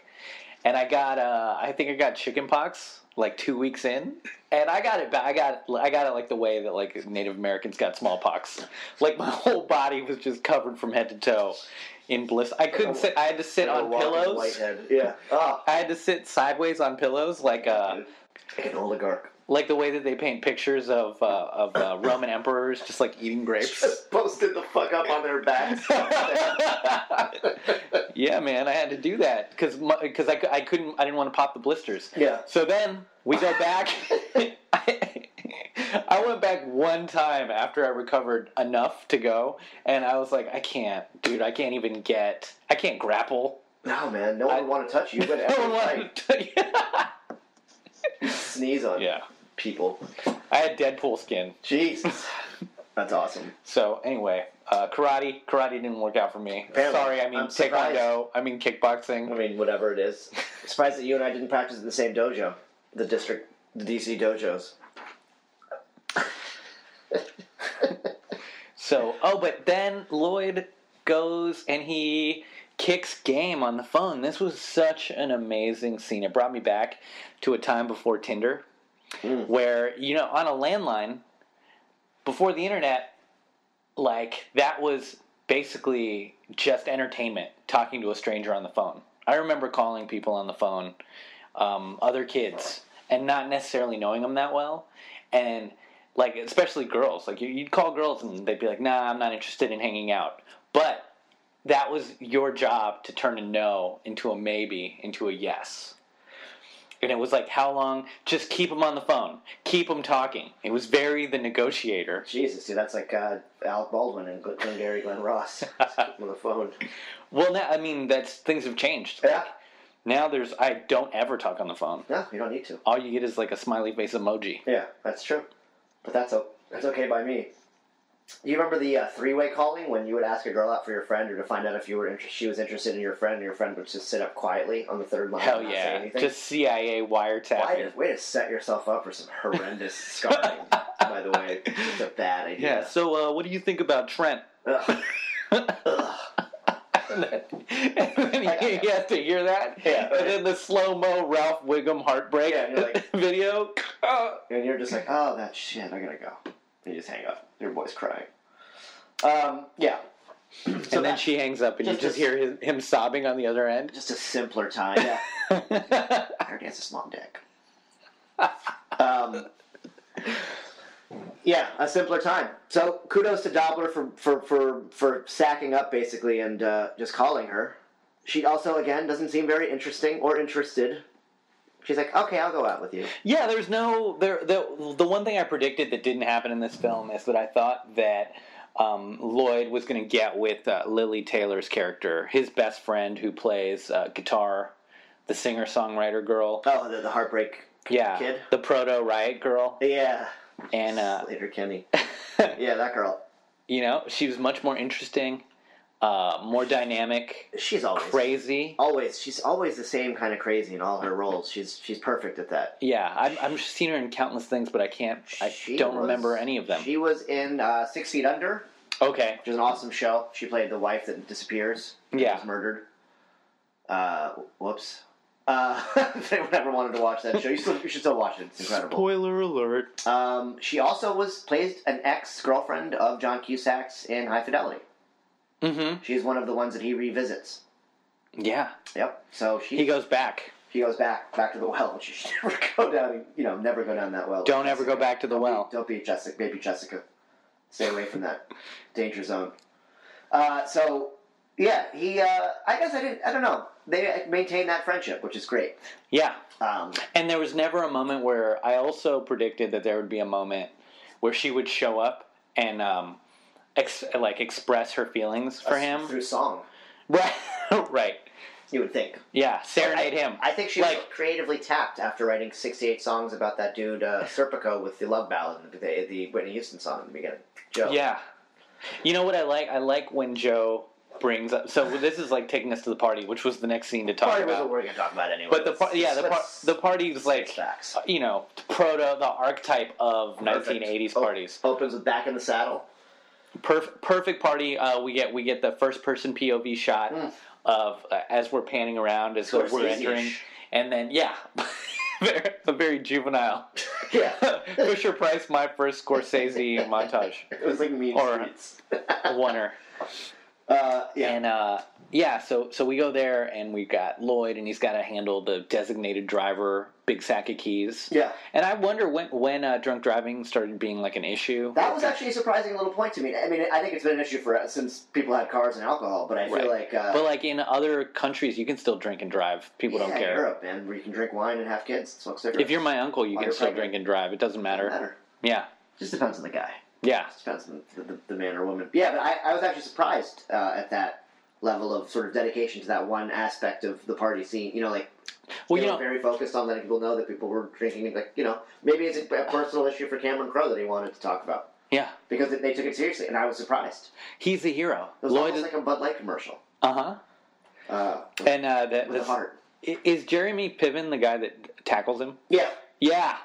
Speaker 1: and I got uh, I think I got chicken pox like two weeks in, and I got it. ba- I got I got it like the way that like Native Americans got smallpox. Like my whole body was just covered from head to toe in bliss. I couldn't sit. I had to sit
Speaker 2: Oh. They were
Speaker 1: on
Speaker 2: walking
Speaker 1: pillows.
Speaker 2: Whitehead. Yeah. Ah,
Speaker 1: I had to sit sideways on pillows, like uh,
Speaker 2: like an oligarch.
Speaker 1: like the way that they paint pictures of uh, of uh, Roman emperors just like eating grapes.
Speaker 2: Just posted the fuck up on their backs.
Speaker 1: yeah, man, I had to do that because because I, cou- I couldn't I didn't want to pop the blisters.
Speaker 2: Yeah.
Speaker 1: So then we go back. I, I went back one time after I recovered enough to go, and I was like, I can't, dude, I can't even get, I can't grapple.
Speaker 2: no man, no one would want to touch you, but
Speaker 1: I don't
Speaker 2: everyone
Speaker 1: want
Speaker 2: like
Speaker 1: to-
Speaker 2: sneeze on
Speaker 1: yeah,
Speaker 2: people.
Speaker 1: I had Deadpool skin.
Speaker 2: Jesus. That's awesome.
Speaker 1: So anyway, uh, karate, karate didn't work out for me.
Speaker 2: Apparently.
Speaker 1: Sorry, I mean
Speaker 2: I'm surprised.
Speaker 1: taekwondo, I mean
Speaker 2: I
Speaker 1: kickboxing.
Speaker 2: mean, whatever it is. Surprised that you and I didn't practice in the same dojo, the district, the DC dojos.
Speaker 1: So oh, but then Lloyd goes and he kicks game on the phone. This was such an amazing scene. It brought me back to a time before Tinder, where you know on a landline before the internet, like that was basically just entertainment talking to a stranger on the phone. I remember calling people on the phone, um, other kids, and not necessarily knowing them that well, and like especially girls. Like you- you'd call girls and they'd be like, "Nah, I'm not interested in hanging out," but that was your job to turn a no into a maybe into a yes. And it was like, how long? Just keep them on the phone. Keep them talking. It was very the negotiator.
Speaker 2: Jesus, dude, that's like uh, Alec Baldwin and Glenn Gary Glenn Ross Just keep 'em on the phone.
Speaker 1: Well, now I mean that's things have changed.
Speaker 2: Yeah,
Speaker 1: Now there's I don't ever talk on the phone.
Speaker 2: no, you don't need to.
Speaker 1: All you get is like a smiley face emoji.
Speaker 2: Yeah, that's true. But that's o- that's okay by me. Do you remember the uh, three-way calling when you would ask a girl out for your friend or to find out if you were inter- she was interested in your friend, and your friend would just sit up quietly on the third line?
Speaker 1: Hell
Speaker 2: and not say
Speaker 1: yeah,
Speaker 2: anything?
Speaker 1: just CIA
Speaker 2: Why
Speaker 1: wiretapping.
Speaker 2: did, way to set yourself up for some horrendous scarring. by the way, it's a bad idea.
Speaker 1: Yeah. So uh, what do you think about Trent?
Speaker 2: Ugh.
Speaker 1: and then, and then he, he has to hear that.
Speaker 2: Yeah, right.
Speaker 1: And then the slow mo Ralph Wiggum heartbreak
Speaker 2: Yeah, you're like- Uh,
Speaker 1: video.
Speaker 2: And you're just like, oh, that shit, I gotta go. And you just hang up. Your boy's crying. Um, yeah. So
Speaker 1: and then
Speaker 2: that-
Speaker 1: she hangs up, and
Speaker 2: just-
Speaker 1: you just hear his, him sobbing on the other end.
Speaker 2: Just a simpler time. Yeah. I already has a small dick. Um, Yeah, a simpler time. So kudos to Dobler for for for for sacking up basically and uh, just calling her. She also again doesn't seem very interesting or interested. She's like, okay, I'll go out with you.
Speaker 1: Yeah, there's no there. The, the one thing I predicted that didn't happen in this film is that I thought that um, Lloyd was going to get with uh, Lily Taylor's character, his best friend who plays uh, guitar, the singer songwriter girl.
Speaker 2: Oh, the, the heartbreak.
Speaker 1: yeah,
Speaker 2: kid.
Speaker 1: the proto riot girl,
Speaker 2: Yeah,
Speaker 1: and uh,
Speaker 2: later Kenny. yeah, that girl.
Speaker 1: you know she was much more interesting, uh, more dynamic,
Speaker 2: She's always
Speaker 1: crazy.
Speaker 2: Always, she's always the same kind of crazy in all her roles. She's she's perfect at that.
Speaker 1: Yeah, I've, I've seen her in countless things, but I can't. I
Speaker 2: She
Speaker 1: don't
Speaker 2: was-
Speaker 1: remember any of them.
Speaker 2: She was in uh, Six Feet Under,
Speaker 1: okay,
Speaker 2: which is an awesome show. She played the wife that disappears. and
Speaker 1: Yeah.
Speaker 2: was murdered. Uh, whoops. Uh, if anyone ever wanted to watch that show, you, still, you should still watch it. It's incredible.
Speaker 1: spoiler alert.
Speaker 2: Um, she also was plays an ex girlfriend of John Cusack's in High Fidelity.
Speaker 1: hmm
Speaker 2: She's one of the ones that he revisits.
Speaker 1: Yeah,
Speaker 2: Yep. So she
Speaker 1: he goes back.
Speaker 2: she goes back back to the well, which you should never go down. You know, never go down that well.
Speaker 1: Don't ever go back to the well.
Speaker 2: Oh, Don't be Jessica, baby Jessica. Stay away from that danger zone. Uh, so yeah, he. Uh, I guess I didn't. I don't know. They maintain that friendship, which is great.
Speaker 1: Yeah,
Speaker 2: Um,
Speaker 1: And there was never a moment where I also predicted that there would be a moment where she would show up and um, ex- like express her feelings for him.
Speaker 2: through song,
Speaker 1: Right, right.
Speaker 2: you would think.
Speaker 1: Yeah, serenade
Speaker 2: I-
Speaker 1: him.
Speaker 2: I think she was
Speaker 1: Like-
Speaker 2: creatively tapped after writing sixty-eight songs about that dude uh, Serpico with the love ballad and the, the Whitney Houston song in the beginning. Joe.
Speaker 1: Yeah. You know what I like? I like when Joe brings up. So this is like taking us to the party, which was the next scene to talk
Speaker 2: Probably
Speaker 1: about.
Speaker 2: wasn't what we're gonna talk about anyway.
Speaker 1: But the par-
Speaker 2: It's-
Speaker 1: yeah, the par-
Speaker 2: it's-
Speaker 1: the party was like
Speaker 2: facts.
Speaker 1: you know proto the archetype of 1980s
Speaker 2: Perfect. O-
Speaker 1: parties.
Speaker 2: opens with back in the saddle.
Speaker 1: Perf- perfect party. Uh, we get we get the first person POV shot of uh, as we're panning around as
Speaker 2: Scorsese-ish.
Speaker 1: we're entering, and then yeah, very- a very juvenile
Speaker 2: Yeah,
Speaker 1: Fisher Price, my first Scorsese montage
Speaker 2: it was like mean
Speaker 1: Or-
Speaker 2: streets.
Speaker 1: winner,
Speaker 2: Uh, yeah,
Speaker 1: and uh, yeah, so so we go there and we got Lloyd and he's got to handle the designated driver big sack of keys.
Speaker 2: yeah.
Speaker 1: And I wonder when when uh, drunk driving started being like an issue.
Speaker 2: That was actually a surprising little point to me. I mean, I think it's been an issue for us since people had cars and alcohol, but I feel
Speaker 1: Right.
Speaker 2: like uh,
Speaker 1: but like in other countries, you can still drink and drive. People
Speaker 2: yeah,
Speaker 1: don't care.
Speaker 2: Europe, man, where you can drink wine and have kids, and smoke cigarettes.
Speaker 1: If you're my uncle, you
Speaker 2: While
Speaker 1: can
Speaker 2: Oh, you're
Speaker 1: still
Speaker 2: pregnant.
Speaker 1: drink and drive. It doesn't matter.
Speaker 2: Doesn't matter.
Speaker 1: Yeah.
Speaker 2: Just depends on the guy.
Speaker 1: Yeah.
Speaker 2: Depends on the, the, the man or woman. Yeah, but I, I was actually surprised uh, at that level of sort of dedication to that one aspect of the party scene. You know, like
Speaker 1: Well,
Speaker 2: they
Speaker 1: you
Speaker 2: were
Speaker 1: know,
Speaker 2: very focused on letting people know that people were drinking. Like you know, maybe it's a, a personal issue for Cameron Crowe that he wanted to talk about
Speaker 1: yeah.
Speaker 2: because they, they took it seriously, and I was surprised.
Speaker 1: He's the hero.
Speaker 2: It was
Speaker 1: Lloyd
Speaker 2: almost like a Bud Light commercial.
Speaker 1: Uh huh.
Speaker 2: Uh, with-
Speaker 1: And uh, that,
Speaker 2: with the
Speaker 1: that's,
Speaker 2: heart.
Speaker 1: i- is Jeremy Piven the guy that tackles him?
Speaker 2: Yeah.
Speaker 1: Yeah.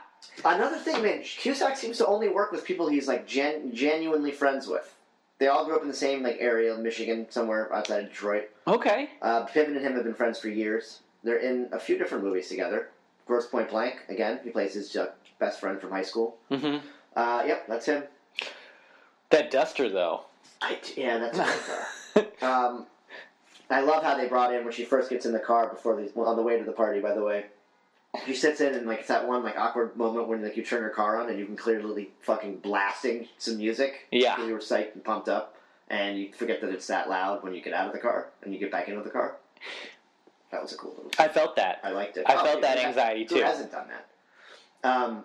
Speaker 2: Another thing, man, Cusack seems to only work with people he's like gen- genuinely friends with. They all grew up in the same like area, of Michigan, somewhere outside of Detroit.
Speaker 1: Okay.
Speaker 2: Uh, Piven and him have been friends for years. They're in a few different movies together. Gross Point Blank, again, he plays his uh, best friend from high school.
Speaker 1: hmm
Speaker 2: Uh, yep, that's him.
Speaker 1: That duster though.
Speaker 2: I, yeah, that's a great car. um, I love how they brought in when she first gets in the car before the well, on the way to the party. By the way, she sits in and like it's that one like awkward moment when like you turn your car on and you can clearly fucking blasting some music.
Speaker 1: Yeah.
Speaker 2: 'Cause you were psyched and pumped up, and you forget that it's that loud when you get out of the car and you get back into the car. That was a cool little.
Speaker 1: I felt that.
Speaker 2: I liked it.
Speaker 1: I felt that
Speaker 2: yeah.
Speaker 1: anxiety,
Speaker 2: Who
Speaker 1: too.
Speaker 2: hasn't done that? Um,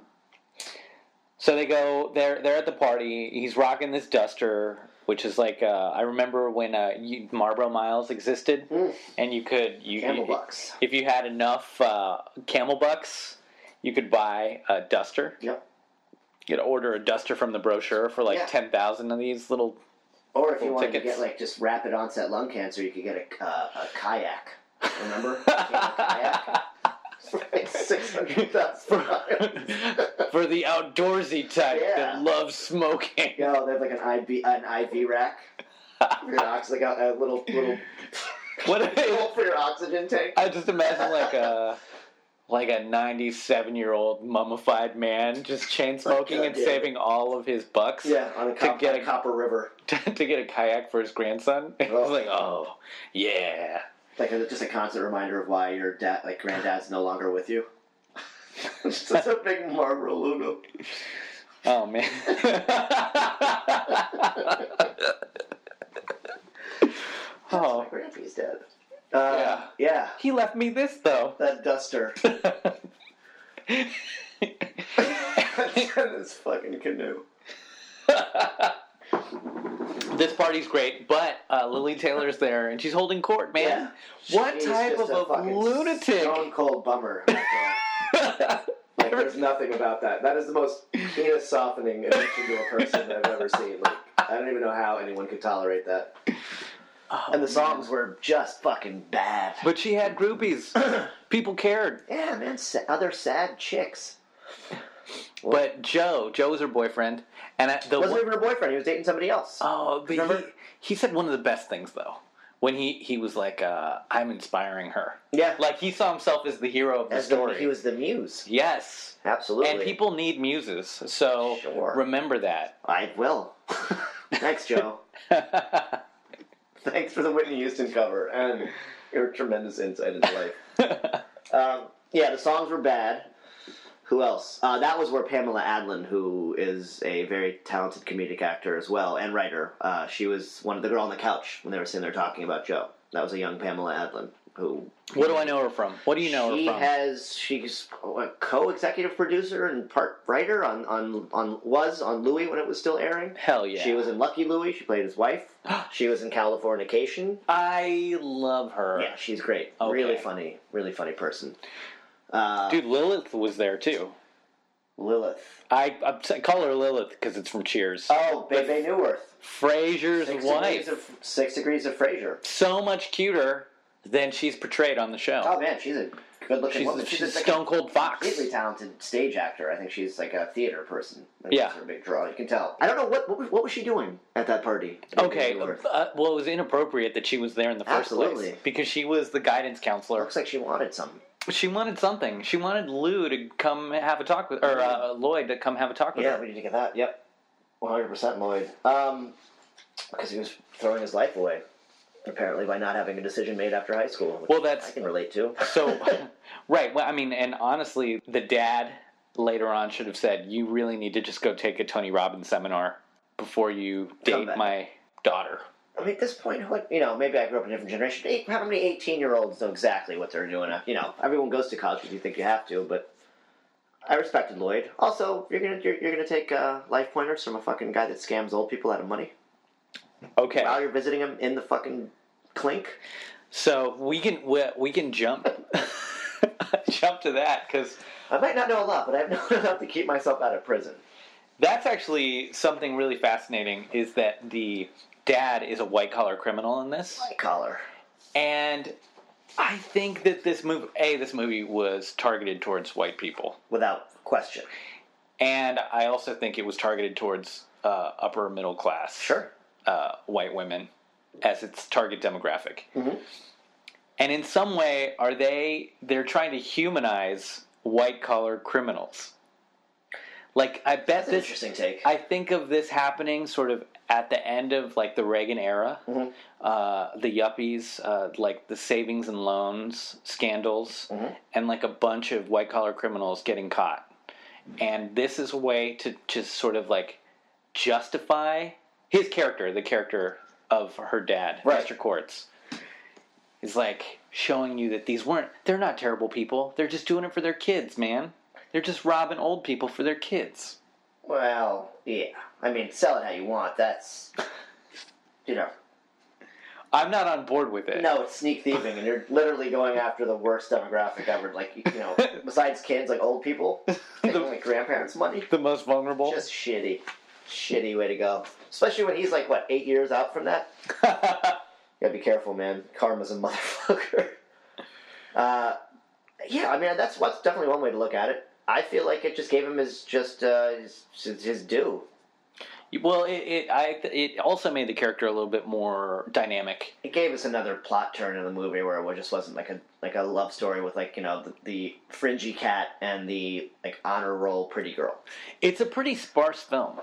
Speaker 1: So they go. They're they're at the party. He's rocking this duster, which is like uh, I remember when uh, you, Marlboro Miles existed,
Speaker 2: Mm.
Speaker 1: and you could you
Speaker 2: Campbell
Speaker 1: you-
Speaker 2: Bucks.
Speaker 1: if you had enough uh, Camel Bucks, you could buy a duster.
Speaker 2: Yep.
Speaker 1: you could order a duster from the brochure for like
Speaker 2: Yeah.
Speaker 1: 10,000 of these little
Speaker 2: Or if you
Speaker 1: Little
Speaker 2: wanted
Speaker 1: tickets.
Speaker 2: to get like just rapid onset lung cancer, you could get a, uh, a kayak. Remember? It came with a kayak. It's like six hundred thousand.
Speaker 1: for the outdoorsy type
Speaker 2: Yeah.
Speaker 1: that loves smoking.
Speaker 2: Yo, they have like an IV an IV rack. For your ox- like a, a little little
Speaker 1: What if-
Speaker 2: hole for your oxygen tank.
Speaker 1: I just imagine like a like a 97-year-old mummified man just chain smoking
Speaker 2: God
Speaker 1: and
Speaker 2: damn it.
Speaker 1: saving all of his bucks
Speaker 2: Yeah, on a, cop,
Speaker 1: get
Speaker 2: on
Speaker 1: a-
Speaker 2: a copper river,
Speaker 1: to, to get a kayak for his grandson. It's
Speaker 2: Oh.
Speaker 1: like, "Oh, yeah."
Speaker 2: like a, just a constant reminder of why your dad, like granddad's, no longer with you. It's just a big Marlboro Luno.
Speaker 1: Oh man.
Speaker 2: My
Speaker 1: oh
Speaker 2: grandpa's dead. Uh, yeah. Yeah.
Speaker 1: he left me this though.
Speaker 2: That duster. this fucking canoe.
Speaker 1: this party's great, but uh, Lily Taylor's there and she's holding court, man. What
Speaker 2: She's
Speaker 1: type
Speaker 2: just
Speaker 1: of a
Speaker 2: fucking
Speaker 1: lunatic?
Speaker 2: Stone cold bummer. Like, uh, there's nothing about that. That is the most penis softening addiction to a person I've ever seen. Like, I don't even know how anyone could tolerate that. and the songs were just fucking bad.
Speaker 1: but she had groupies. People cared.
Speaker 2: Yeah, man. Sa- other sad chicks.
Speaker 1: But Joe, Joe was her boyfriend, and I, the
Speaker 2: Wasn't
Speaker 1: one-
Speaker 2: even her boyfriend. He was dating somebody else.
Speaker 1: Oh, but he,
Speaker 2: Remember?
Speaker 1: he said one of the best things though. When he, he was like, uh, I'm inspiring her.
Speaker 2: yeah.
Speaker 1: Like he saw himself as the hero of the
Speaker 2: As the-
Speaker 1: story.
Speaker 2: he was the muse.
Speaker 1: yes.
Speaker 2: Absolutely.
Speaker 1: And people need muses, so
Speaker 2: Sure.
Speaker 1: remember that.
Speaker 2: I will. Thanks, Joe. Thanks for the Whitney Houston cover and your tremendous insight into life. um, yeah, the songs were bad. Who else? Uh, that was where Pamela Adlin, who is a very talented comedic actor as well and writer, uh, she was one of the girl on the couch when they were sitting there talking about Joe. That was a young Pamela Adlin who
Speaker 1: What do I know her from? What do you know
Speaker 2: she
Speaker 1: her from?
Speaker 2: has she's a co-executive producer and part writer on on on was on Louie when it was still airing.
Speaker 1: Hell yeah.
Speaker 2: She was in Lucky Louie. She played his wife. she was in Californication.
Speaker 1: I love her.
Speaker 2: Yeah, she's great.
Speaker 1: Okay.
Speaker 2: Really funny. Really funny person. Uh,
Speaker 1: Dude, Lilith was there too.
Speaker 2: Lilith.
Speaker 1: I, I t- call her Lilith because it's from Cheers.
Speaker 2: Oh, Bebe Newirth.
Speaker 1: Frasier's
Speaker 2: Six
Speaker 1: wife.
Speaker 2: degrees of Six Degrees of Frasier.
Speaker 1: so much cuter than she's portrayed on the show.
Speaker 2: Oh man, she's a good-looking
Speaker 1: she's
Speaker 2: woman.
Speaker 1: she's a
Speaker 2: like,
Speaker 1: stone cold fox.
Speaker 2: completely talented stage actor. I think she's like a theater person. That's
Speaker 1: Yeah.
Speaker 2: her big draw. You can tell. I don't know what what was, what was she doing at that party. Bebe
Speaker 1: Okay,
Speaker 2: Newirth?
Speaker 1: uh, well, it was inappropriate that she was there in the first
Speaker 2: Absolutely.
Speaker 1: place because she was the guidance counselor.
Speaker 2: Looks like she wanted some.
Speaker 1: She wanted something. She wanted Lou to come have a talk with, or uh, Lloyd to come have a talk with
Speaker 2: Yeah,
Speaker 1: her.
Speaker 2: we need to get that. Yep, one hundred percent, Lloyd. Um, because he was throwing his life away, apparently by not having a decision made after high school. Which
Speaker 1: Well, that's-
Speaker 2: I can relate to.
Speaker 1: So, right. Well, I mean, and honestly, the dad later on should have said, "You really need to just go take a Tony Robbins seminar before you
Speaker 2: Come
Speaker 1: date
Speaker 2: back.
Speaker 1: my daughter."
Speaker 2: I mean, at this point, what you know, maybe I grew up in a different generation. Eight, how many eighteen-year-olds know exactly what they're doing? You know, everyone goes to college because you think you have to, but. I respected Lloyd. Also, you're gonna you're, you're gonna take uh, life pointers from a fucking guy that scams old people out of money
Speaker 1: Okay.
Speaker 2: while you're visiting him in the fucking clink.
Speaker 1: So we can we, we can jump jump to that because
Speaker 2: I might not know a lot, but I've known enough to keep myself out of prison.
Speaker 1: that's actually something really fascinating. Is that the dad is a white collar criminal in this?
Speaker 2: Collar.
Speaker 1: And I think that this movie, A, this movie was targeted towards white people.
Speaker 2: without question.
Speaker 1: And I also think it was targeted towards uh, upper middle class uh, white women as its target demographic. And in some way, are they, they're trying to humanize white collar criminals. Like, I bet
Speaker 2: That's an
Speaker 1: this.
Speaker 2: interesting take.
Speaker 1: I think of this happening sort of at the end of like the Reagan era, uh, the yuppies, uh, like the savings and loans scandals, and like a bunch of white collar criminals getting caught. And this is a way to just sort of like justify his character, the character of her dad,
Speaker 2: Right.
Speaker 1: Mr. Quartz. Is like showing you that these weren't, they're not terrible people. They're just doing it for their kids, man. They're just robbing old people for their kids.
Speaker 2: well, yeah. I mean, sell it how you want. That's, you know,
Speaker 1: I'm not on board with it.
Speaker 2: no, it's sneak thieving, and you're literally going after the worst demographic ever. Like, you know, besides kids, like old people, taking like grandparents' money.
Speaker 1: The most vulnerable.
Speaker 2: Just shitty, shitty way to go. Especially when he's like what eight years out from that. you gotta be careful, man. Karma's a motherfucker. Uh, yeah, I mean that's what's definitely one way to look at it. I feel like it just gave him his just uh, his, his due.
Speaker 1: well, it it, I, it also made the character a little bit more dynamic.
Speaker 2: It gave us another plot turn in the movie where it just wasn't like a like a love story with like you know the, the fringy cat and the like honor roll pretty girl.
Speaker 1: It's a pretty sparse film.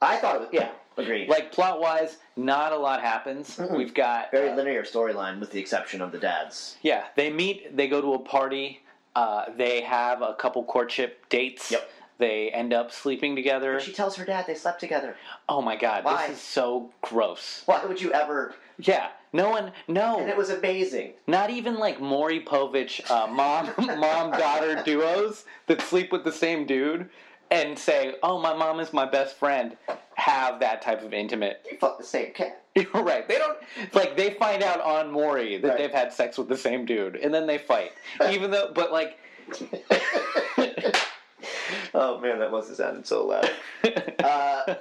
Speaker 2: I thought it was yeah agreed.
Speaker 1: Like plot wise, not a lot happens. We've got uh,
Speaker 2: very linear storyline with the exception of the dads.
Speaker 1: yeah, they meet, they go to a party, uh, they have a couple courtship dates.
Speaker 2: Yep.
Speaker 1: They end up sleeping together.
Speaker 2: She tells her dad they slept together.
Speaker 1: oh my god,
Speaker 2: Why?
Speaker 1: this is so gross.
Speaker 2: Why would you ever?
Speaker 1: Yeah, no one, no,
Speaker 2: And it was amazing.
Speaker 1: Not even like Maury Povich uh, mom mom daughter duos that sleep with the same dude and say, "Oh, my mom is my best friend." Have that type of intimate.
Speaker 2: You fucked the same cat.
Speaker 1: You're right. They don't like they find out on Maury that
Speaker 2: Right.
Speaker 1: they've had sex with the same dude, and then they fight. even though, but like,
Speaker 2: Oh man, that must have sounded so loud. uh,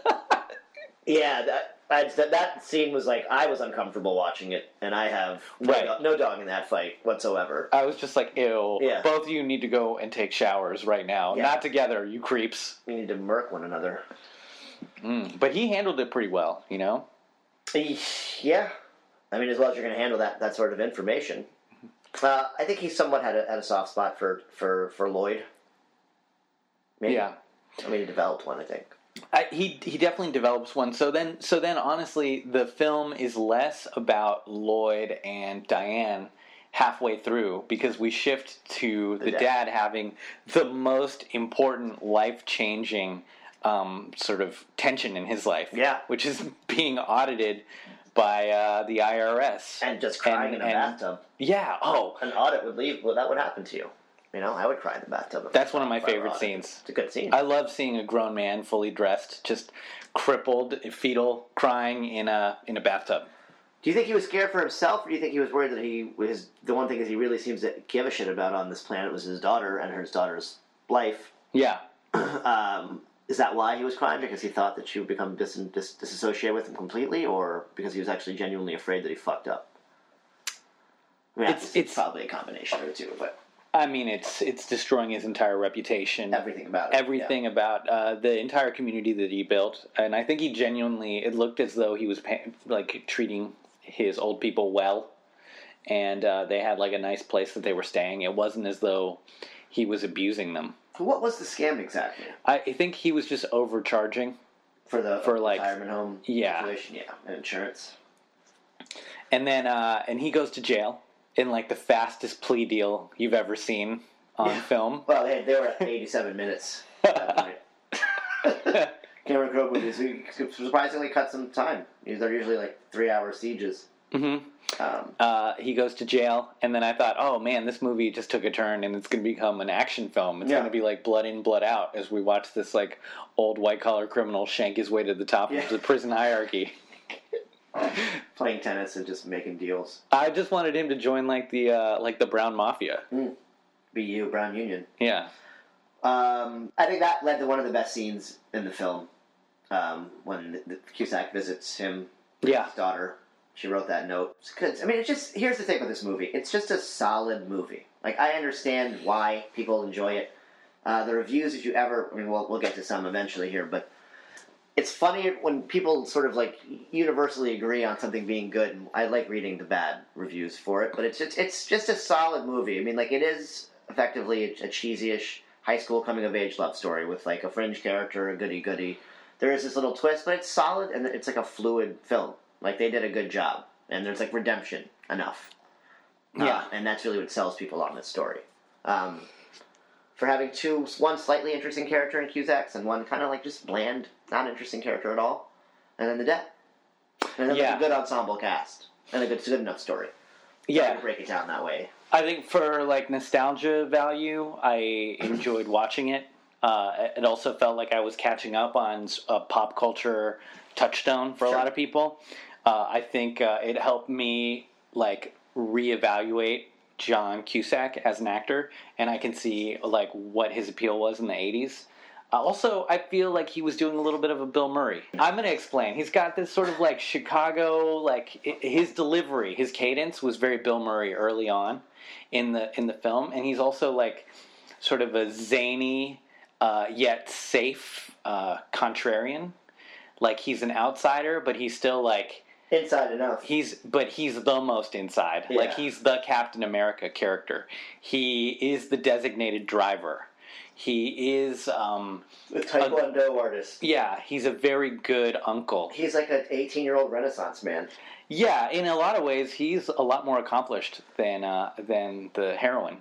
Speaker 2: yeah, that, I, that that scene was like I was uncomfortable watching it, and I have no
Speaker 1: Right.
Speaker 2: do- no dog in that fight whatsoever.
Speaker 1: I was just like, "Ew!"
Speaker 2: Yeah.
Speaker 1: Both of you need to go and take showers right now.
Speaker 2: Yeah.
Speaker 1: Not together, you creeps.
Speaker 2: We need to murk one another.
Speaker 1: Mm. But he handled it pretty well, you know.
Speaker 2: Yeah, I mean, as well as you're going to handle that that sort of information.
Speaker 1: Mm-hmm.
Speaker 2: Uh, I think he somewhat had a, had a soft spot for for for Lloyd. Maybe.
Speaker 1: Yeah.
Speaker 2: I mean, he developed one. I think.
Speaker 1: I, he he definitely develops one. So then so then honestly, the film is less about Lloyd and Diane halfway through because we shift to the,
Speaker 2: dad.
Speaker 1: dad. having the most important life changing um, sort of tension in his life.
Speaker 2: Yeah.
Speaker 1: which is being audited by uh, the IRS
Speaker 2: And just crying in a bathtub.
Speaker 1: Yeah. Oh,
Speaker 2: An audit would leave. Well, that would happen to you. You know, I would cry in the bathtub. if
Speaker 1: that's
Speaker 2: I
Speaker 1: one of my
Speaker 2: were
Speaker 1: favorite
Speaker 2: audited.
Speaker 1: scenes.
Speaker 2: It's a good scene.
Speaker 1: I love seeing a grown man fully dressed, just crippled, fetal, crying in a in a bathtub.
Speaker 2: Do you think he was scared for himself, or do you think he was worried that he his the one thing is he really seems to give a shit about on this planet was his daughter and his daughter's life?
Speaker 1: Yeah,
Speaker 2: Um, is that why he was crying? Because he thought that she would become dis- dis- disassociated with him completely, or because he was actually genuinely afraid that he fucked up? I mean,
Speaker 1: It's-
Speaker 2: it's,
Speaker 1: it's-
Speaker 2: probably a combination of the two, but
Speaker 1: I mean it's it's destroying his entire reputation,
Speaker 2: everything about it.
Speaker 1: everything about uh, the entire community that he built, and I think he genuinely it looked as though he was pa- like treating his old people well, and uh, they had like a nice place that they were staying. It wasn't as though he was abusing them.
Speaker 2: Yeah. What was the scam exactly
Speaker 1: I, I think he was just overcharging.
Speaker 2: for the
Speaker 1: For, like-
Speaker 2: retirement home?
Speaker 1: Yeah.
Speaker 2: situation? yeah, and insurance.
Speaker 1: And then uh, and he goes to jail in like the fastest plea deal you've ever seen on film.
Speaker 2: Well, they, they were at 87 minutes. at that point. Cameron Crowe movies he surprisingly cut some time. They're usually like three-hour sieges.
Speaker 1: Mm-hmm.
Speaker 2: Um,
Speaker 1: uh, he goes to jail, and then I thought, oh man, this movie just took a turn, and it's going to become an action film. It's
Speaker 2: Yeah.
Speaker 1: going to be like blood in, blood out, as we watch this like old white collar criminal shank his way to the top
Speaker 2: Yeah.
Speaker 1: of the prison hierarchy.
Speaker 2: playing tennis and just making deals.
Speaker 1: I just wanted him to join like the uh, like the Brown Mafia.
Speaker 2: BU Brown Union.
Speaker 1: Yeah,
Speaker 2: Um, I think that led to one of the best scenes in the film um, when the, the Cusack visits him,
Speaker 1: yeah,
Speaker 2: his daughter. She wrote that note. It's good. I mean, it's just here's the thing with this movie. It's just a solid movie. Like I understand why people enjoy it. Uh, the reviews that you ever, I mean, we'll we'll get to some eventually here, but it's funny when people sort of like universally agree on something being good. And I like reading the bad reviews for it, but it's just, it's just a solid movie. I mean, like it is effectively a, a cheesy-ish high school coming of age love story with like a fringe character, a goody goody. There is this little twist, but it's solid and it's like a fluid film. Like they did a good job, and there's like redemption enough. Uh,
Speaker 1: Yeah.
Speaker 2: and that's really what sells people on this story. Um, for having two, one slightly interesting character in Cusacks and one kind of like just bland, not interesting character at all, and then the death, and then like,
Speaker 1: Yeah.
Speaker 2: a good ensemble cast and a good, it's a good enough story.
Speaker 1: yeah.
Speaker 2: to break it down that way.
Speaker 1: I think for like nostalgia value, I enjoyed watching it. Uh, it also felt like I was catching up on a pop culture touchstone for a
Speaker 2: Sure.
Speaker 1: lot of people. Uh, I think uh, it helped me like reevaluate John Cusack as an actor, and I can see like what his appeal was in the '80s. Uh, also, I feel like he was doing a little bit of a Bill Murray. I'm going to explain. He's got this sort of like Chicago, like i- his delivery, his cadence was very Bill Murray early on in the in the film, and he's also like sort of a zany uh, yet safe uh, contrarian. Like he's an outsider, but he's still like
Speaker 2: Inside enough.
Speaker 1: he's but he's the most inside like
Speaker 2: Yeah.
Speaker 1: he's the captain america character he is the designated driver he is um
Speaker 2: the Taekwondo artist.
Speaker 1: yeah he's a very good uncle
Speaker 2: He's like an 18 year old Renaissance man.
Speaker 1: yeah in a lot of ways he's a lot more accomplished than uh than the heroine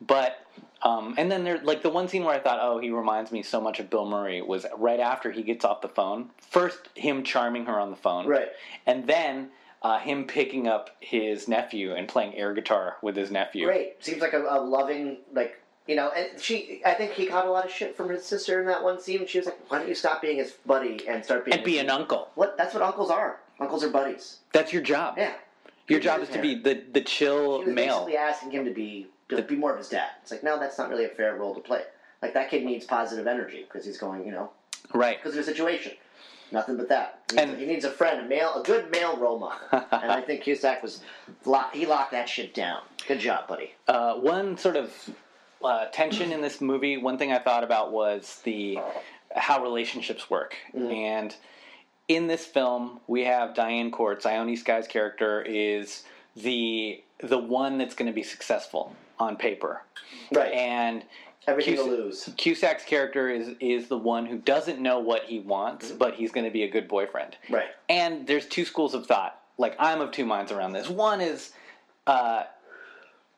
Speaker 1: but Um, and then there, like the one scene where I thought, oh, he reminds me so much of Bill Murray was right after he gets off the phone. First, him charming her on the phone,
Speaker 2: Right.
Speaker 1: and then uh, him picking up his nephew and playing air guitar with his nephew.
Speaker 2: Great. Seems like a, a loving, like you know. And she, I think he got a lot of shit from his sister in that one scene. She was like, "Why don't you stop being his buddy and start being
Speaker 1: and be
Speaker 2: his-"
Speaker 1: an uncle.
Speaker 2: what? That's what uncles are. Uncles are buddies.
Speaker 1: That's your job.
Speaker 2: Yeah.
Speaker 1: Your
Speaker 2: He
Speaker 1: job
Speaker 2: was
Speaker 1: is to be
Speaker 2: there.
Speaker 1: the the chill
Speaker 2: He was
Speaker 1: male.
Speaker 2: basically asking him to be to be more of his dad. It's like, no, that's not really a fair role to play. Like that kid needs positive energy because he's going, you know,
Speaker 1: Right.
Speaker 2: because of the situation. Nothing but that. He needs,
Speaker 1: And-
Speaker 2: he needs a friend, a male, a good male role model. and I think Cusack was, lock, he locked that shit down. Good job, buddy.
Speaker 1: Uh, one sort of uh, tension in this movie, one thing I thought about was the how relationships work. And in this film, we have Diane Court, Ione Sky's character is the the one that's going to be successful on paper.
Speaker 2: Right.
Speaker 1: And
Speaker 2: Everything
Speaker 1: Cusa-
Speaker 2: to lose.
Speaker 1: Cusack's character is is the one who doesn't know what he wants, but he's going to be a good boyfriend.
Speaker 2: Right.
Speaker 1: And there's two schools of thought. Like I'm of two minds around this. One is, uh,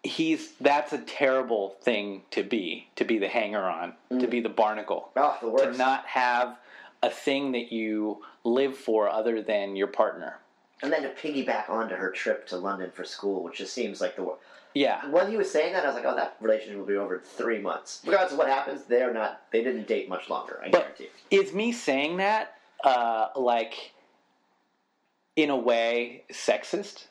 Speaker 1: he's that's a terrible thing to be to be the hanger on, to be the barnacle,
Speaker 2: Oh, the
Speaker 1: to
Speaker 2: worst.
Speaker 1: not have a thing that you live for other than your partner.
Speaker 2: and then to piggyback onto her trip to London for school, which just seems like the worst.
Speaker 1: Yeah,
Speaker 2: When he was saying that, I was like, oh, that relationship will be over in three months. Regardless of what happens, they're not, they didn't date much longer, I
Speaker 1: but
Speaker 2: guarantee.
Speaker 1: is me saying that uh, like in a way sexist?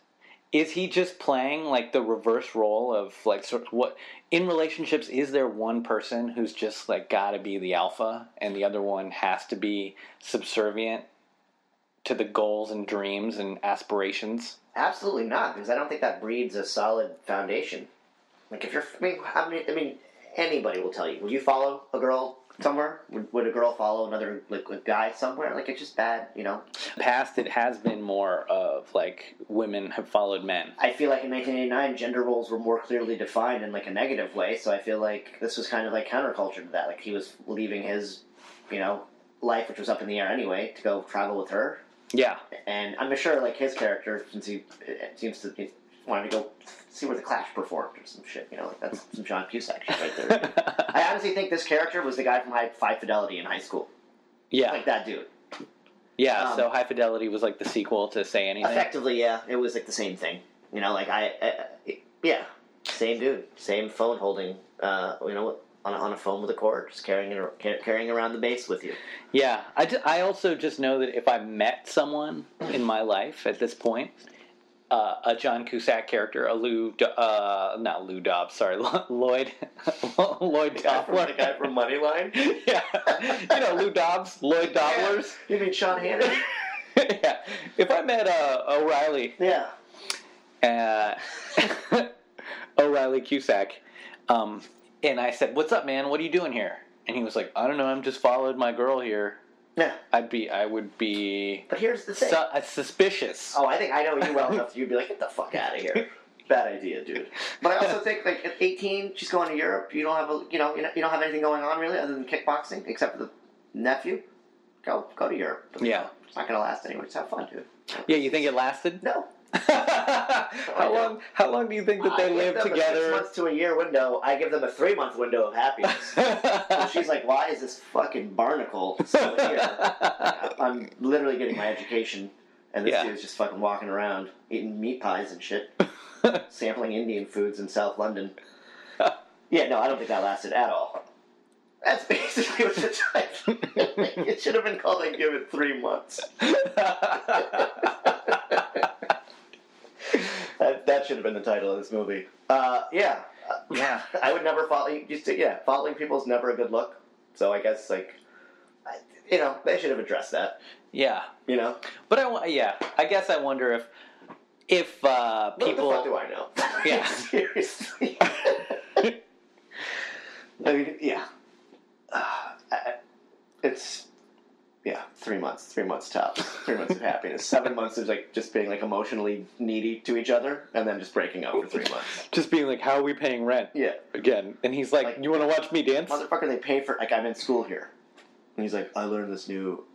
Speaker 1: Is he just playing like the reverse role of like sort of what in relationships is there one person who's just like got to be the alpha and the other one has to be subservient to the goals and dreams and aspirations?
Speaker 2: Absolutely not, because I don't think that breeds a solid foundation. Like if you're, I mean, I mean, I mean anybody will tell you. Would you follow a girl somewhere? Would, would a girl follow another like a guy somewhere? Like it's just bad, you know.
Speaker 1: Past it has been more of like women have followed men.
Speaker 2: I feel like in 1989, gender roles were more clearly defined in like a negative way. So I feel like this was kind of like counterculture to that. Like he was leaving his, you know, life which was up in the air anyway to go travel with her.
Speaker 1: Yeah.
Speaker 2: And I'm sure like his character, since he it seems to be wanted to go see where the Clash performed or some shit. You know, like that's some John Cusack shit right there. I honestly think this character was the guy from High Five Fidelity in high school,
Speaker 1: yeah.
Speaker 2: like that dude.
Speaker 1: Yeah,
Speaker 2: Um,
Speaker 1: so High Fidelity was like the sequel to Say Anything.
Speaker 2: Effectively, yeah, it was like the same thing. You know, like I, I I- yeah, same dude, same phone holding. Uh, you know, on a, on a phone with a cord, just carrying it, ar- car- carrying around the base with you.
Speaker 1: Yeah, I, ju- I also just know that if I met someone in my life at this point, uh, a John Cusack character, a Lou, Do- uh, not Lou Dobbs, sorry, Lo- Lloyd, Lloyd Dobler.
Speaker 2: from Moneyline.
Speaker 1: yeah, you know Lou Dobbs, Lloyd Dobblers.
Speaker 2: You mean Sean Hannity?
Speaker 1: yeah, if I met uh, O'Reilly,
Speaker 2: yeah.
Speaker 1: uh, O'Reilly Cusack, um, and I said, "What's up, man? What are you doing here?" And he was like, "I don't know. I'm just followed my girl here."
Speaker 2: Yeah.
Speaker 1: I'd be, I would be
Speaker 2: But here's the thing.
Speaker 1: su- uh, suspicious.
Speaker 2: Oh, I think I know you well enough. that You'd be like, get the fuck out of here. Bad idea, dude. But I also think like at 18, she's going to Europe. You don't have a you know you don't- you don't have anything going on really other than kickboxing except for the nephew. Go go to Europe.
Speaker 1: Yeah.
Speaker 2: it's not gonna last anyway. Just have fun, dude.
Speaker 1: Yeah, you think it lasted?
Speaker 2: No. Oh,
Speaker 1: how long? How long do you think that
Speaker 2: I
Speaker 1: they
Speaker 2: give
Speaker 1: lived
Speaker 2: them a Six
Speaker 1: together?
Speaker 2: months to a year window. I give them a three month window of happiness. So she's like, why is this fucking barnacle still here? I'm literally getting my education, and this
Speaker 1: Yeah.
Speaker 2: dude's just fucking walking around eating meat pies and shit, sampling Indian foods in South London. Yeah, no, I don't think that lasted at all. That's basically what it's like. it should have been called like give it three months. That, that should have been the title of this movie. Uh, yeah,
Speaker 1: yeah.
Speaker 2: I would never follow. You just, yeah, following people is never a good look. So I guess like, I, you know, they should have addressed that.
Speaker 1: Yeah.
Speaker 2: You know,
Speaker 1: But I wa- yeah, I guess I wonder if if uh,
Speaker 2: people. What the fuck
Speaker 1: people
Speaker 2: do I know?
Speaker 1: Yeah.
Speaker 2: seriously. I mean, yeah. Uh, I, I- it's yeah, three months, three months tops, three months of happiness, seven months of like just being like emotionally needy to each other, and then just breaking up for three months.
Speaker 1: just being like, "How are we paying rent?"
Speaker 2: Yeah.
Speaker 1: Again, and he's like,
Speaker 2: Like-
Speaker 1: "You want to watch me dance?"
Speaker 2: motherfucker, they pay for like I'm in school here. And he's like, I learned this new.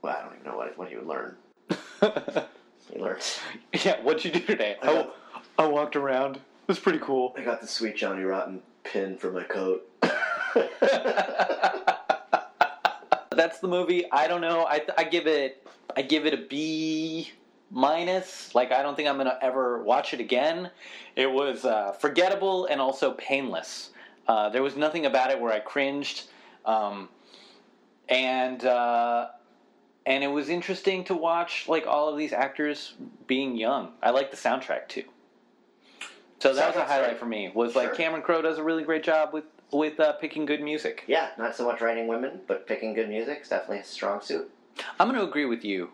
Speaker 2: Well, I don't even know what what he would learn. he learns.
Speaker 1: yeah. What'd you do today? I, wa- I walked around. It was pretty cool.
Speaker 2: I got the sweet Johnny Rotten pin for my coat.
Speaker 1: That's the movie. I don't know. I, I give it I give it a B minus. Like I don't think I'm gonna ever watch it again. It was uh, forgettable and also painless. Uh, there was nothing about it where I cringed, um, and uh, and it was interesting to watch like all of these actors being young. I like the soundtrack too. So that was a
Speaker 2: Soundtrack's
Speaker 1: highlight
Speaker 2: great.
Speaker 1: for me. Was
Speaker 2: Sure.
Speaker 1: like Cameron Crowe does a really great job with with uh, picking good music.
Speaker 2: Yeah, not so much writing women, but picking good music is definitely a strong suit.
Speaker 1: I'm going to agree with you.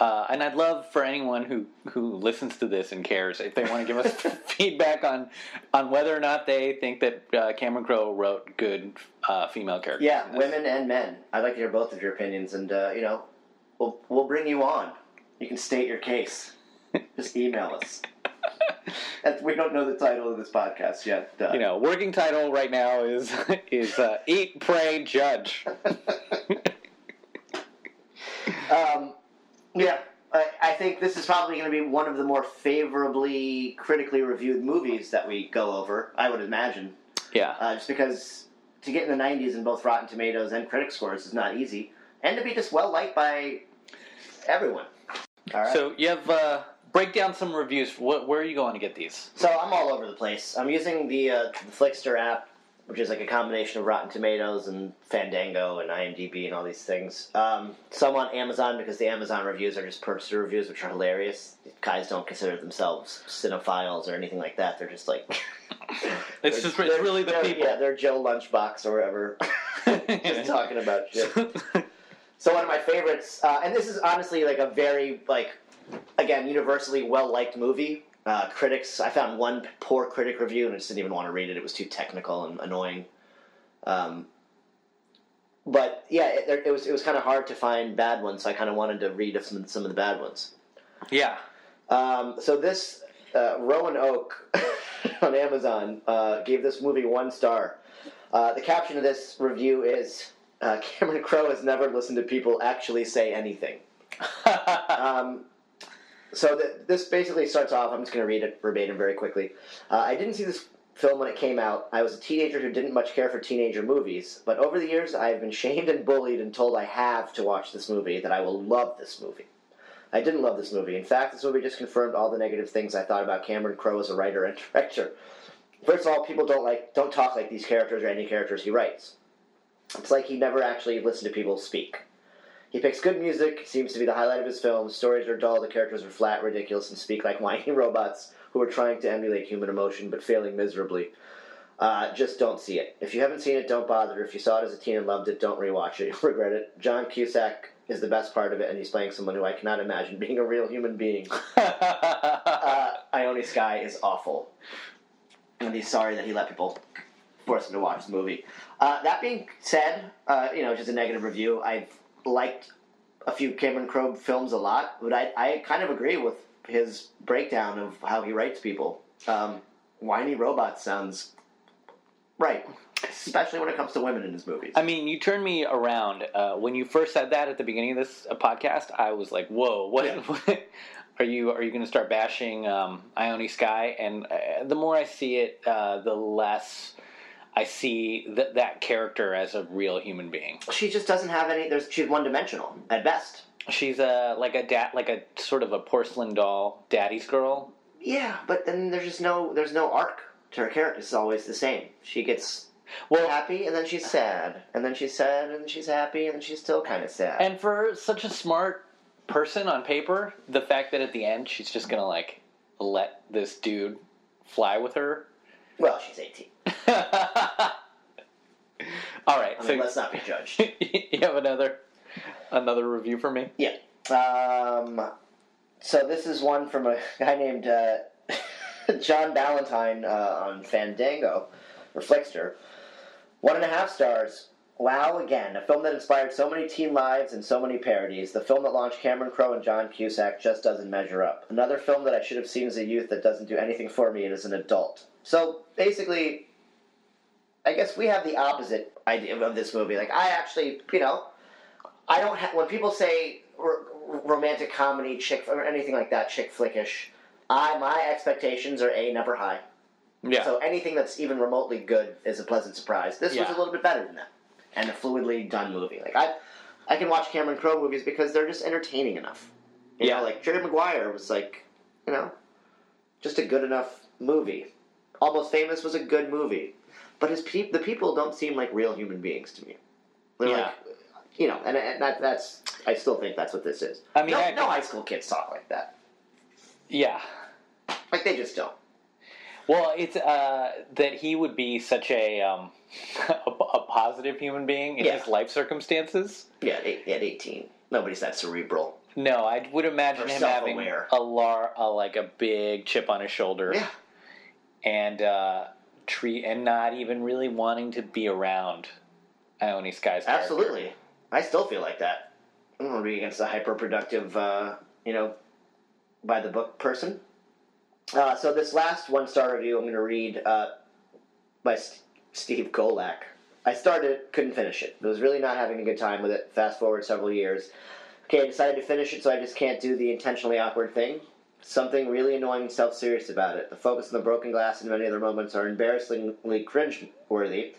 Speaker 1: Uh, and I'd love for anyone who, who listens to this and cares if they want to give us feedback on on whether or not they think that uh, Cameron Crowe wrote good uh, female characters.
Speaker 2: Yeah,
Speaker 1: in this.
Speaker 2: women and men. I'd like to hear both of your opinions, and uh, you know, we'll we'll bring you on. You can state your case. Just email us. And we don't know the title of this podcast yet. Uh,
Speaker 1: You know, working title right now is is uh, Eat, Pray, Judge.
Speaker 2: um, yeah, I, I think this is probably going to be one of the more favorably critically reviewed movies that we go over. I would imagine,
Speaker 1: Yeah.
Speaker 2: uh, just because to get in the '90s in both Rotten Tomatoes and critic scores is not easy, and to be just well liked by everyone. All right.
Speaker 1: So you have uh, break down some reviews. What, where are you going to get these?
Speaker 2: So I'm all over the place. I'm using the, uh, the Flickster app, which is like a combination of Rotten Tomatoes and Fandango and IMDb and all these things. Um, some on Amazon because the Amazon reviews are just purchaser reviews, which are hilarious. Guys don't consider themselves cinephiles or anything like that. They're just like
Speaker 1: It's just it's
Speaker 2: they're-
Speaker 1: really the
Speaker 2: they're-
Speaker 1: people.
Speaker 2: Yeah, they're Joe Lunchbox or whatever, just talking about shit. So one of my favorites, uh, and this is honestly like a very like, again, universally well liked movie. Uh, critics, I found one poor critic review, and I just didn't even want to read it. It was too technical and annoying. Um, but yeah, it, there- it was it was kind of hard to find bad ones. So I kind of wanted to read of some some of the bad ones.
Speaker 1: yeah.
Speaker 2: Um, so this uh, Rowan Oak on Amazon uh, gave this movie one star. Uh, the caption of this review is uh, Cameron Crowe has never listened to people actually say anything. Um, so th- this basically starts off. I'm just going to read it verbatim very quickly. Uh, I didn't see this film when it came out. I was a teenager who didn't much care for teenager movies, but over the years I have been shamed and bullied and told I have to watch this movie, that I will love this movie. I didn't love this movie. In fact, this movie just confirmed all the negative things I thought about Cameron Crowe as a writer and director. First of all, people don't like don't talk like these characters or any characters he writes. It's like he never actually listened to people speak. He picks good music, seems to be the highlight of his film. Stories are dull, the characters are flat, ridiculous, and speak like whiny robots who are trying to emulate human emotion but failing miserably. Uh, just don't see it. If you haven't seen it, don't bother. If you saw it as a teen and loved it, don't rewatch it. You'll regret it. John Cusack is the best part of it, and he's playing someone who I cannot imagine being a real human being. Uh, Ione Sky is awful. And he's sorry that he let people force him to watch the movie. Uh, that being said, uh, you know, just a negative review. I've liked a few Cameron Crowe films a lot, but I, I kind of agree with his breakdown of how he writes people. Um, whiny robot sounds right, especially when it comes to women in his movies.
Speaker 1: I mean, you turned me around uh, when you first said that at the beginning of this uh, podcast. I was like, "Whoa, what?
Speaker 2: Yeah.
Speaker 1: what- are you are you going to start bashing um, Ione Sky?" And uh, the more I see it, uh, the less I see th- that character as a real human being.
Speaker 2: she just doesn't have any. There's she's one dimensional at best.
Speaker 1: She's a like a da- like a sort of a porcelain doll, daddy's girl.
Speaker 2: Yeah, but then there's just no there's no arc to her character. It's always the same. She gets
Speaker 1: Well,
Speaker 2: happy and then she's sad, and then she's sad and then she's happy and then she's still kind of sad.
Speaker 1: and for such a smart person on paper, the fact that at the end she's just going to like let this dude fly with her
Speaker 2: well, she's eighteen.
Speaker 1: All right,
Speaker 2: I mean,
Speaker 1: so
Speaker 2: let's not be judged.
Speaker 1: you have another another review for me.
Speaker 2: yeah. Um, so this is one from a guy named uh, John Ballantyne uh, on Fandango, or Flickster. One and a half stars. Wow, again, a film that inspired so many teen lives and so many parodies. The film that launched Cameron Crowe and John Cusack just doesn't measure up. Another film that I should have seen as a youth that doesn't do anything for me as an adult. So basically, I guess we have the opposite idea of this movie. Like I actually, you know, I don't. Ha- when people say r- romantic comedy, chick or anything like that, chick flickish, I my expectations are a never high.
Speaker 1: Yeah.
Speaker 2: So anything that's even remotely good is a pleasant surprise. This was
Speaker 1: Yeah.
Speaker 2: a little bit better than that, and a fluidly done movie. Like I, I can watch Cameron Crowe movies because they're just entertaining enough. You
Speaker 1: Yeah.
Speaker 2: know, like Jerry Maguire was like, you know, just a good enough movie. Almost Famous was a good movie, but his peop the people don't seem like real human beings to me. They're
Speaker 1: Yeah.
Speaker 2: like, you know, and, and that, that's I still think that's what this is.
Speaker 1: I mean,
Speaker 2: no,
Speaker 1: I-
Speaker 2: no high school kids talk like that.
Speaker 1: yeah.
Speaker 2: Like they just don't.
Speaker 1: Well, it's uh, that he would be such a um, a, a positive human being in
Speaker 2: Yeah.
Speaker 1: his life circumstances.
Speaker 2: Yeah, at, eight, at eighteen, nobody's that cerebral.
Speaker 1: No, I would imagine
Speaker 2: Or
Speaker 1: him having
Speaker 2: self-aware.
Speaker 1: a, lar- a like a big chip on his shoulder,
Speaker 2: Yeah.
Speaker 1: and uh, treat and not even really wanting to be around Ione Sky's character.
Speaker 2: Absolutely. I still feel like that. I don't want to be against a hyperproductive, uh, you know, by the book person. Uh, so this last one star review I'm going to read uh, by S- Steve Golak. I started, it, couldn't finish it. I was really not having a good time with it. Fast forward several years. Okay, I decided to finish it, so I just can't do the intentionally awkward thing. Something really annoying and self serious about it. The focus on the broken glass and many other moments are embarrassingly cringe worthy.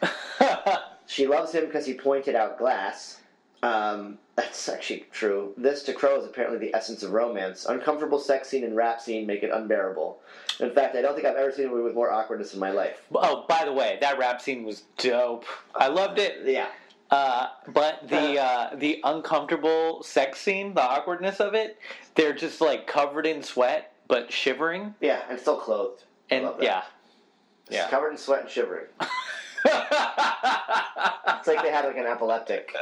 Speaker 2: She loves him because he pointed out glass. Um, that's actually true. This to Crow is apparently the essence of romance. Uncomfortable sex scene and rap scene make it unbearable. In fact, I don't think I've ever seen a movie with more awkwardness in my life.
Speaker 1: Oh, by the way, that rap scene was dope. I loved it.
Speaker 2: Yeah.
Speaker 1: Uh, but the uh, the uncomfortable sex scene, the awkwardness of it, they're just like covered in sweat but shivering,
Speaker 2: Yeah, and still clothed. I
Speaker 1: and
Speaker 2: love that.
Speaker 1: yeah,
Speaker 2: Just covered in sweat and shivering. it's like they had like an epileptic.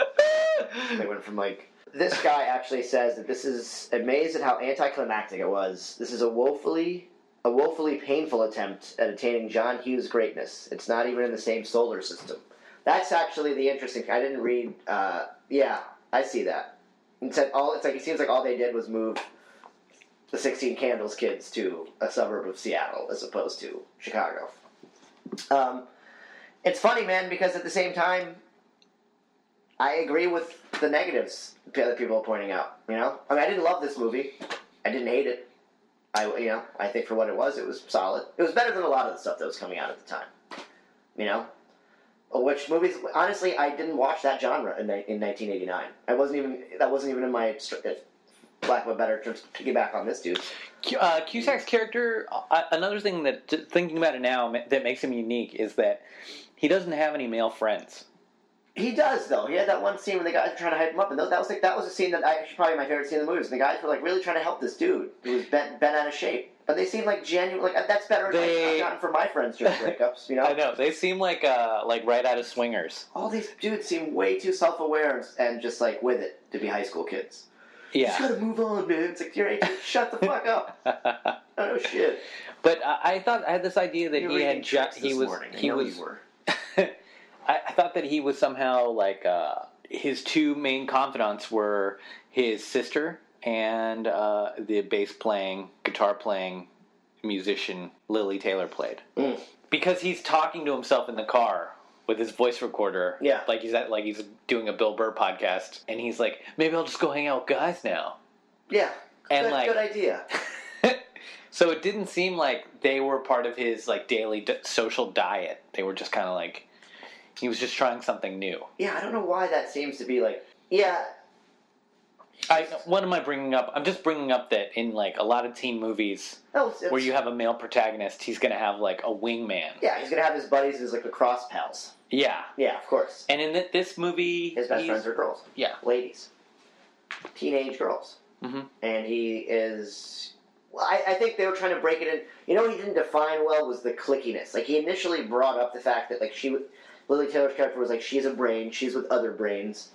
Speaker 2: They went from like this guy actually says that this is amazed at how anticlimactic it was. This is a woefully a woefully painful attempt at attaining John Hughes greatness. It's not even in the same solar system. That's actually the interesting. I didn't read. Uh, yeah, I see that. It's like all. It's like it seems like all they did was move the Sixteen Candles kids to a suburb of Seattle as opposed to Chicago. Um, it's funny, man, because at the same time, I agree with the negatives that people are pointing out. You know, I mean, I didn't love this movie. I didn't hate it. I, you know, I think for what it was, it was solid. It was better than a lot of the stuff that was coming out at the time. You know, Uh, which movies? Honestly, I didn't watch that genre in, ni- in 1989. I wasn't even that wasn't even in my str- if- lack of a better term. to Piggyback on this dude.
Speaker 1: Q- uh, Cusack's character. Uh, another thing that t- thinking about it now ma- that makes him unique is that he doesn't have any male friends.
Speaker 2: He does though. He had that one scene when the guys were trying to hype him up, and tho- that was like that was a scene that I actually probably my favorite scene in the movie. Was the guys were like really trying to help this dude who was bent, bent out of shape, but they seemed like genuine. Like uh, that's better than
Speaker 1: They-
Speaker 2: I've gotten from my friends during breakups. You know,
Speaker 1: I know they seem like uh, like right out of swingers.
Speaker 2: all these dudes seem way too self-aware and just like with it to be high school kids. You just
Speaker 1: Yeah,
Speaker 2: gotta move on, man. It's like you're 18. Shut the fuck up. Oh shit.
Speaker 1: but uh, I thought I had this idea that
Speaker 2: You're
Speaker 1: he
Speaker 2: reading
Speaker 1: had ju-
Speaker 2: tricks
Speaker 1: he
Speaker 2: this
Speaker 1: was
Speaker 2: morning. I
Speaker 1: he
Speaker 2: know
Speaker 1: was
Speaker 2: you were.
Speaker 1: I, I thought that he was somehow like uh, his two main confidants were his sister and uh, the bass playing, guitar playing musician Lily Taylor played. Because he's talking to himself in the car with his voice recorder,
Speaker 2: Yeah.
Speaker 1: like he's at, like he's doing a Bill Burr podcast, and he's like, maybe I'll just go hang out with guys now.
Speaker 2: Yeah.
Speaker 1: And,
Speaker 2: good,
Speaker 1: like-
Speaker 2: good idea.
Speaker 1: so it didn't seem like they were part of his like daily d- social diet. They were just kind of like he was just trying something new.
Speaker 2: Yeah, I don't know why that seems to be like. Yeah,
Speaker 1: I what am I bringing up? I'm just bringing up that in like a lot of teen movies
Speaker 2: that was,
Speaker 1: where you have a male protagonist, he's going to have like a wingman.
Speaker 2: Yeah, he's gonna have his buddies as like lacrosse pals.
Speaker 1: Yeah.
Speaker 2: Yeah, of course.
Speaker 1: And in th- this movie,
Speaker 2: His best
Speaker 1: he's-
Speaker 2: friends are girls,
Speaker 1: yeah.
Speaker 2: ladies, teenage girls,
Speaker 1: Mhm.
Speaker 2: and he is. Well, I, I think they were trying to break it in. You know, what he didn't define well was the clickiness. Like he initially brought up the fact that like she, w- Lily Taylor's character was like she's a brain, she's with other brains,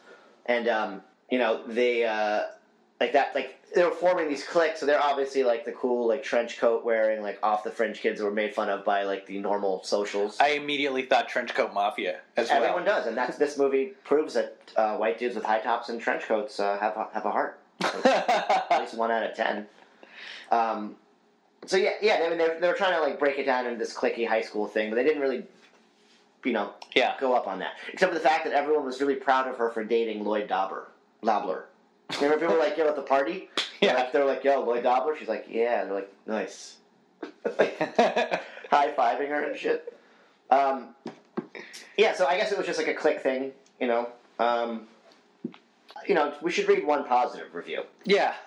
Speaker 2: and um, you know they uh, like that like they were forming these cliques. So they're obviously like the cool like trench coat wearing like off the fringe kids who were made fun of by like the normal socials.
Speaker 1: I immediately thought Trenchcoat Mafia as well.
Speaker 2: Everyone does, and that's this movie proves that uh, white dudes with high tops and trench coats uh, have a, have a heart. At least one out of ten. Um, so yeah, yeah. I mean, they were, they were trying to like break it down into this clicky high school thing, but they didn't really, you know,
Speaker 1: yeah.
Speaker 2: go up on that. Except for the fact that everyone was really proud of her for dating Lloyd Dobber, Dobler. Remember people were like, yo, at the party?
Speaker 1: Yeah.
Speaker 2: Like, they're like, yo, Lloyd Dobler? She's like, yeah. And they're like, nice. high fiving her and shit. Um, yeah, so I guess it was just like a click thing, you know. Um, you know, we should read one positive review.
Speaker 1: yeah.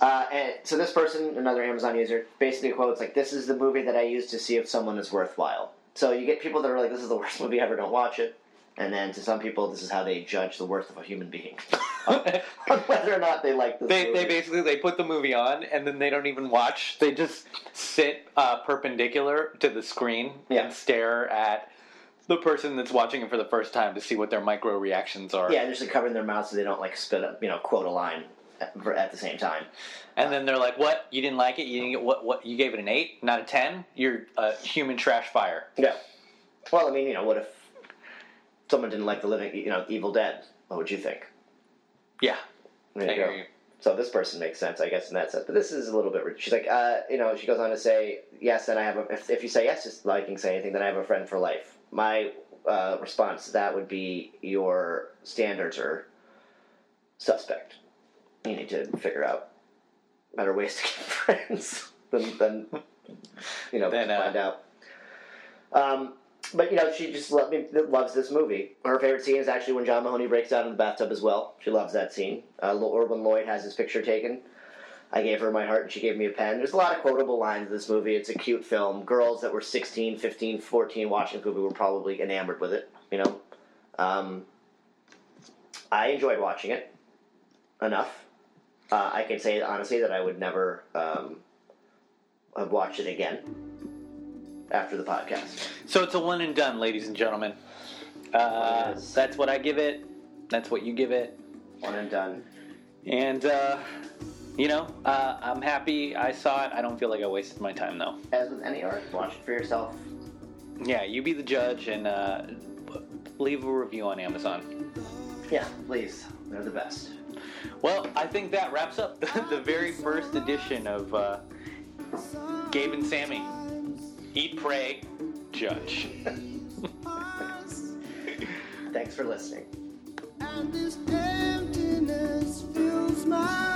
Speaker 2: Uh, and so this person, another Amazon user, basically quotes like, "This is the movie that I use to see if someone is worthwhile." So you get people that are like, "This is the worst movie ever. Don't watch it." And then to some people, this is how they judge the worth of a human being, whether or not they like this
Speaker 1: They,
Speaker 2: movie.
Speaker 1: they basically they put the movie on and then they don't even watch. They just sit uh, perpendicular to the screen
Speaker 2: Yeah.
Speaker 1: and stare at the person that's watching it for the first time to see what their micro reactions are.
Speaker 2: yeah, they're just like, covering their mouths so they don't like spit up, you know, quote a line at, at the same time.
Speaker 1: And then they're like, "What? You didn't like it? You didn't get what? What? You gave it an eight, not a ten? You're a human trash fire."
Speaker 2: Yeah. Well, I mean, you know, what if someone didn't like the living, you know, Evil Dead? What would you think?
Speaker 1: Yeah,
Speaker 2: There
Speaker 1: I
Speaker 2: you
Speaker 1: hear
Speaker 2: go.
Speaker 1: you.
Speaker 2: So this person makes sense, I guess, in that sense. But this is a little bit. She's like, uh, you know, she goes on to say, yes, then I have a. If, if you say yes, just liking say anything, then I have a friend for life. My uh, response to that would be your standards are suspect. You need to figure out better ways to get friends than, than you know,
Speaker 1: Then,
Speaker 2: to
Speaker 1: uh,
Speaker 2: find out. Um, but you know, she just lo- loves this movie. Her favorite scene is actually when John Mahoney breaks down in the bathtub as well. She loves that scene. Uh, or when Lloyd has his picture taken. I gave her my heart and she gave me a pen. There's a lot of quotable lines in this movie. It's a cute film. Girls that were 16, 15, 14 watching this movie were probably enamored with it, you know? Um, I enjoyed watching it enough. Uh, I can say honestly that I would never um, have watched it again after the podcast.
Speaker 1: So it's a one and done, ladies and gentlemen. Uh,
Speaker 2: Yes.
Speaker 1: That's what I give it. That's what you give it.
Speaker 2: One and done.
Speaker 1: And uh, you know, uh, I'm happy I saw it. I don't feel like I wasted my time though.
Speaker 2: As with any art, watch it for yourself.
Speaker 1: Yeah, you be the judge and uh, leave a review on Amazon.
Speaker 2: Yeah, please. They're the best.
Speaker 1: Well, I think that wraps up the, the very first edition of uh, Gabe and Sammy. Eat, pray, judge.
Speaker 2: Thanks for listening.
Speaker 4: And this emptiness fills my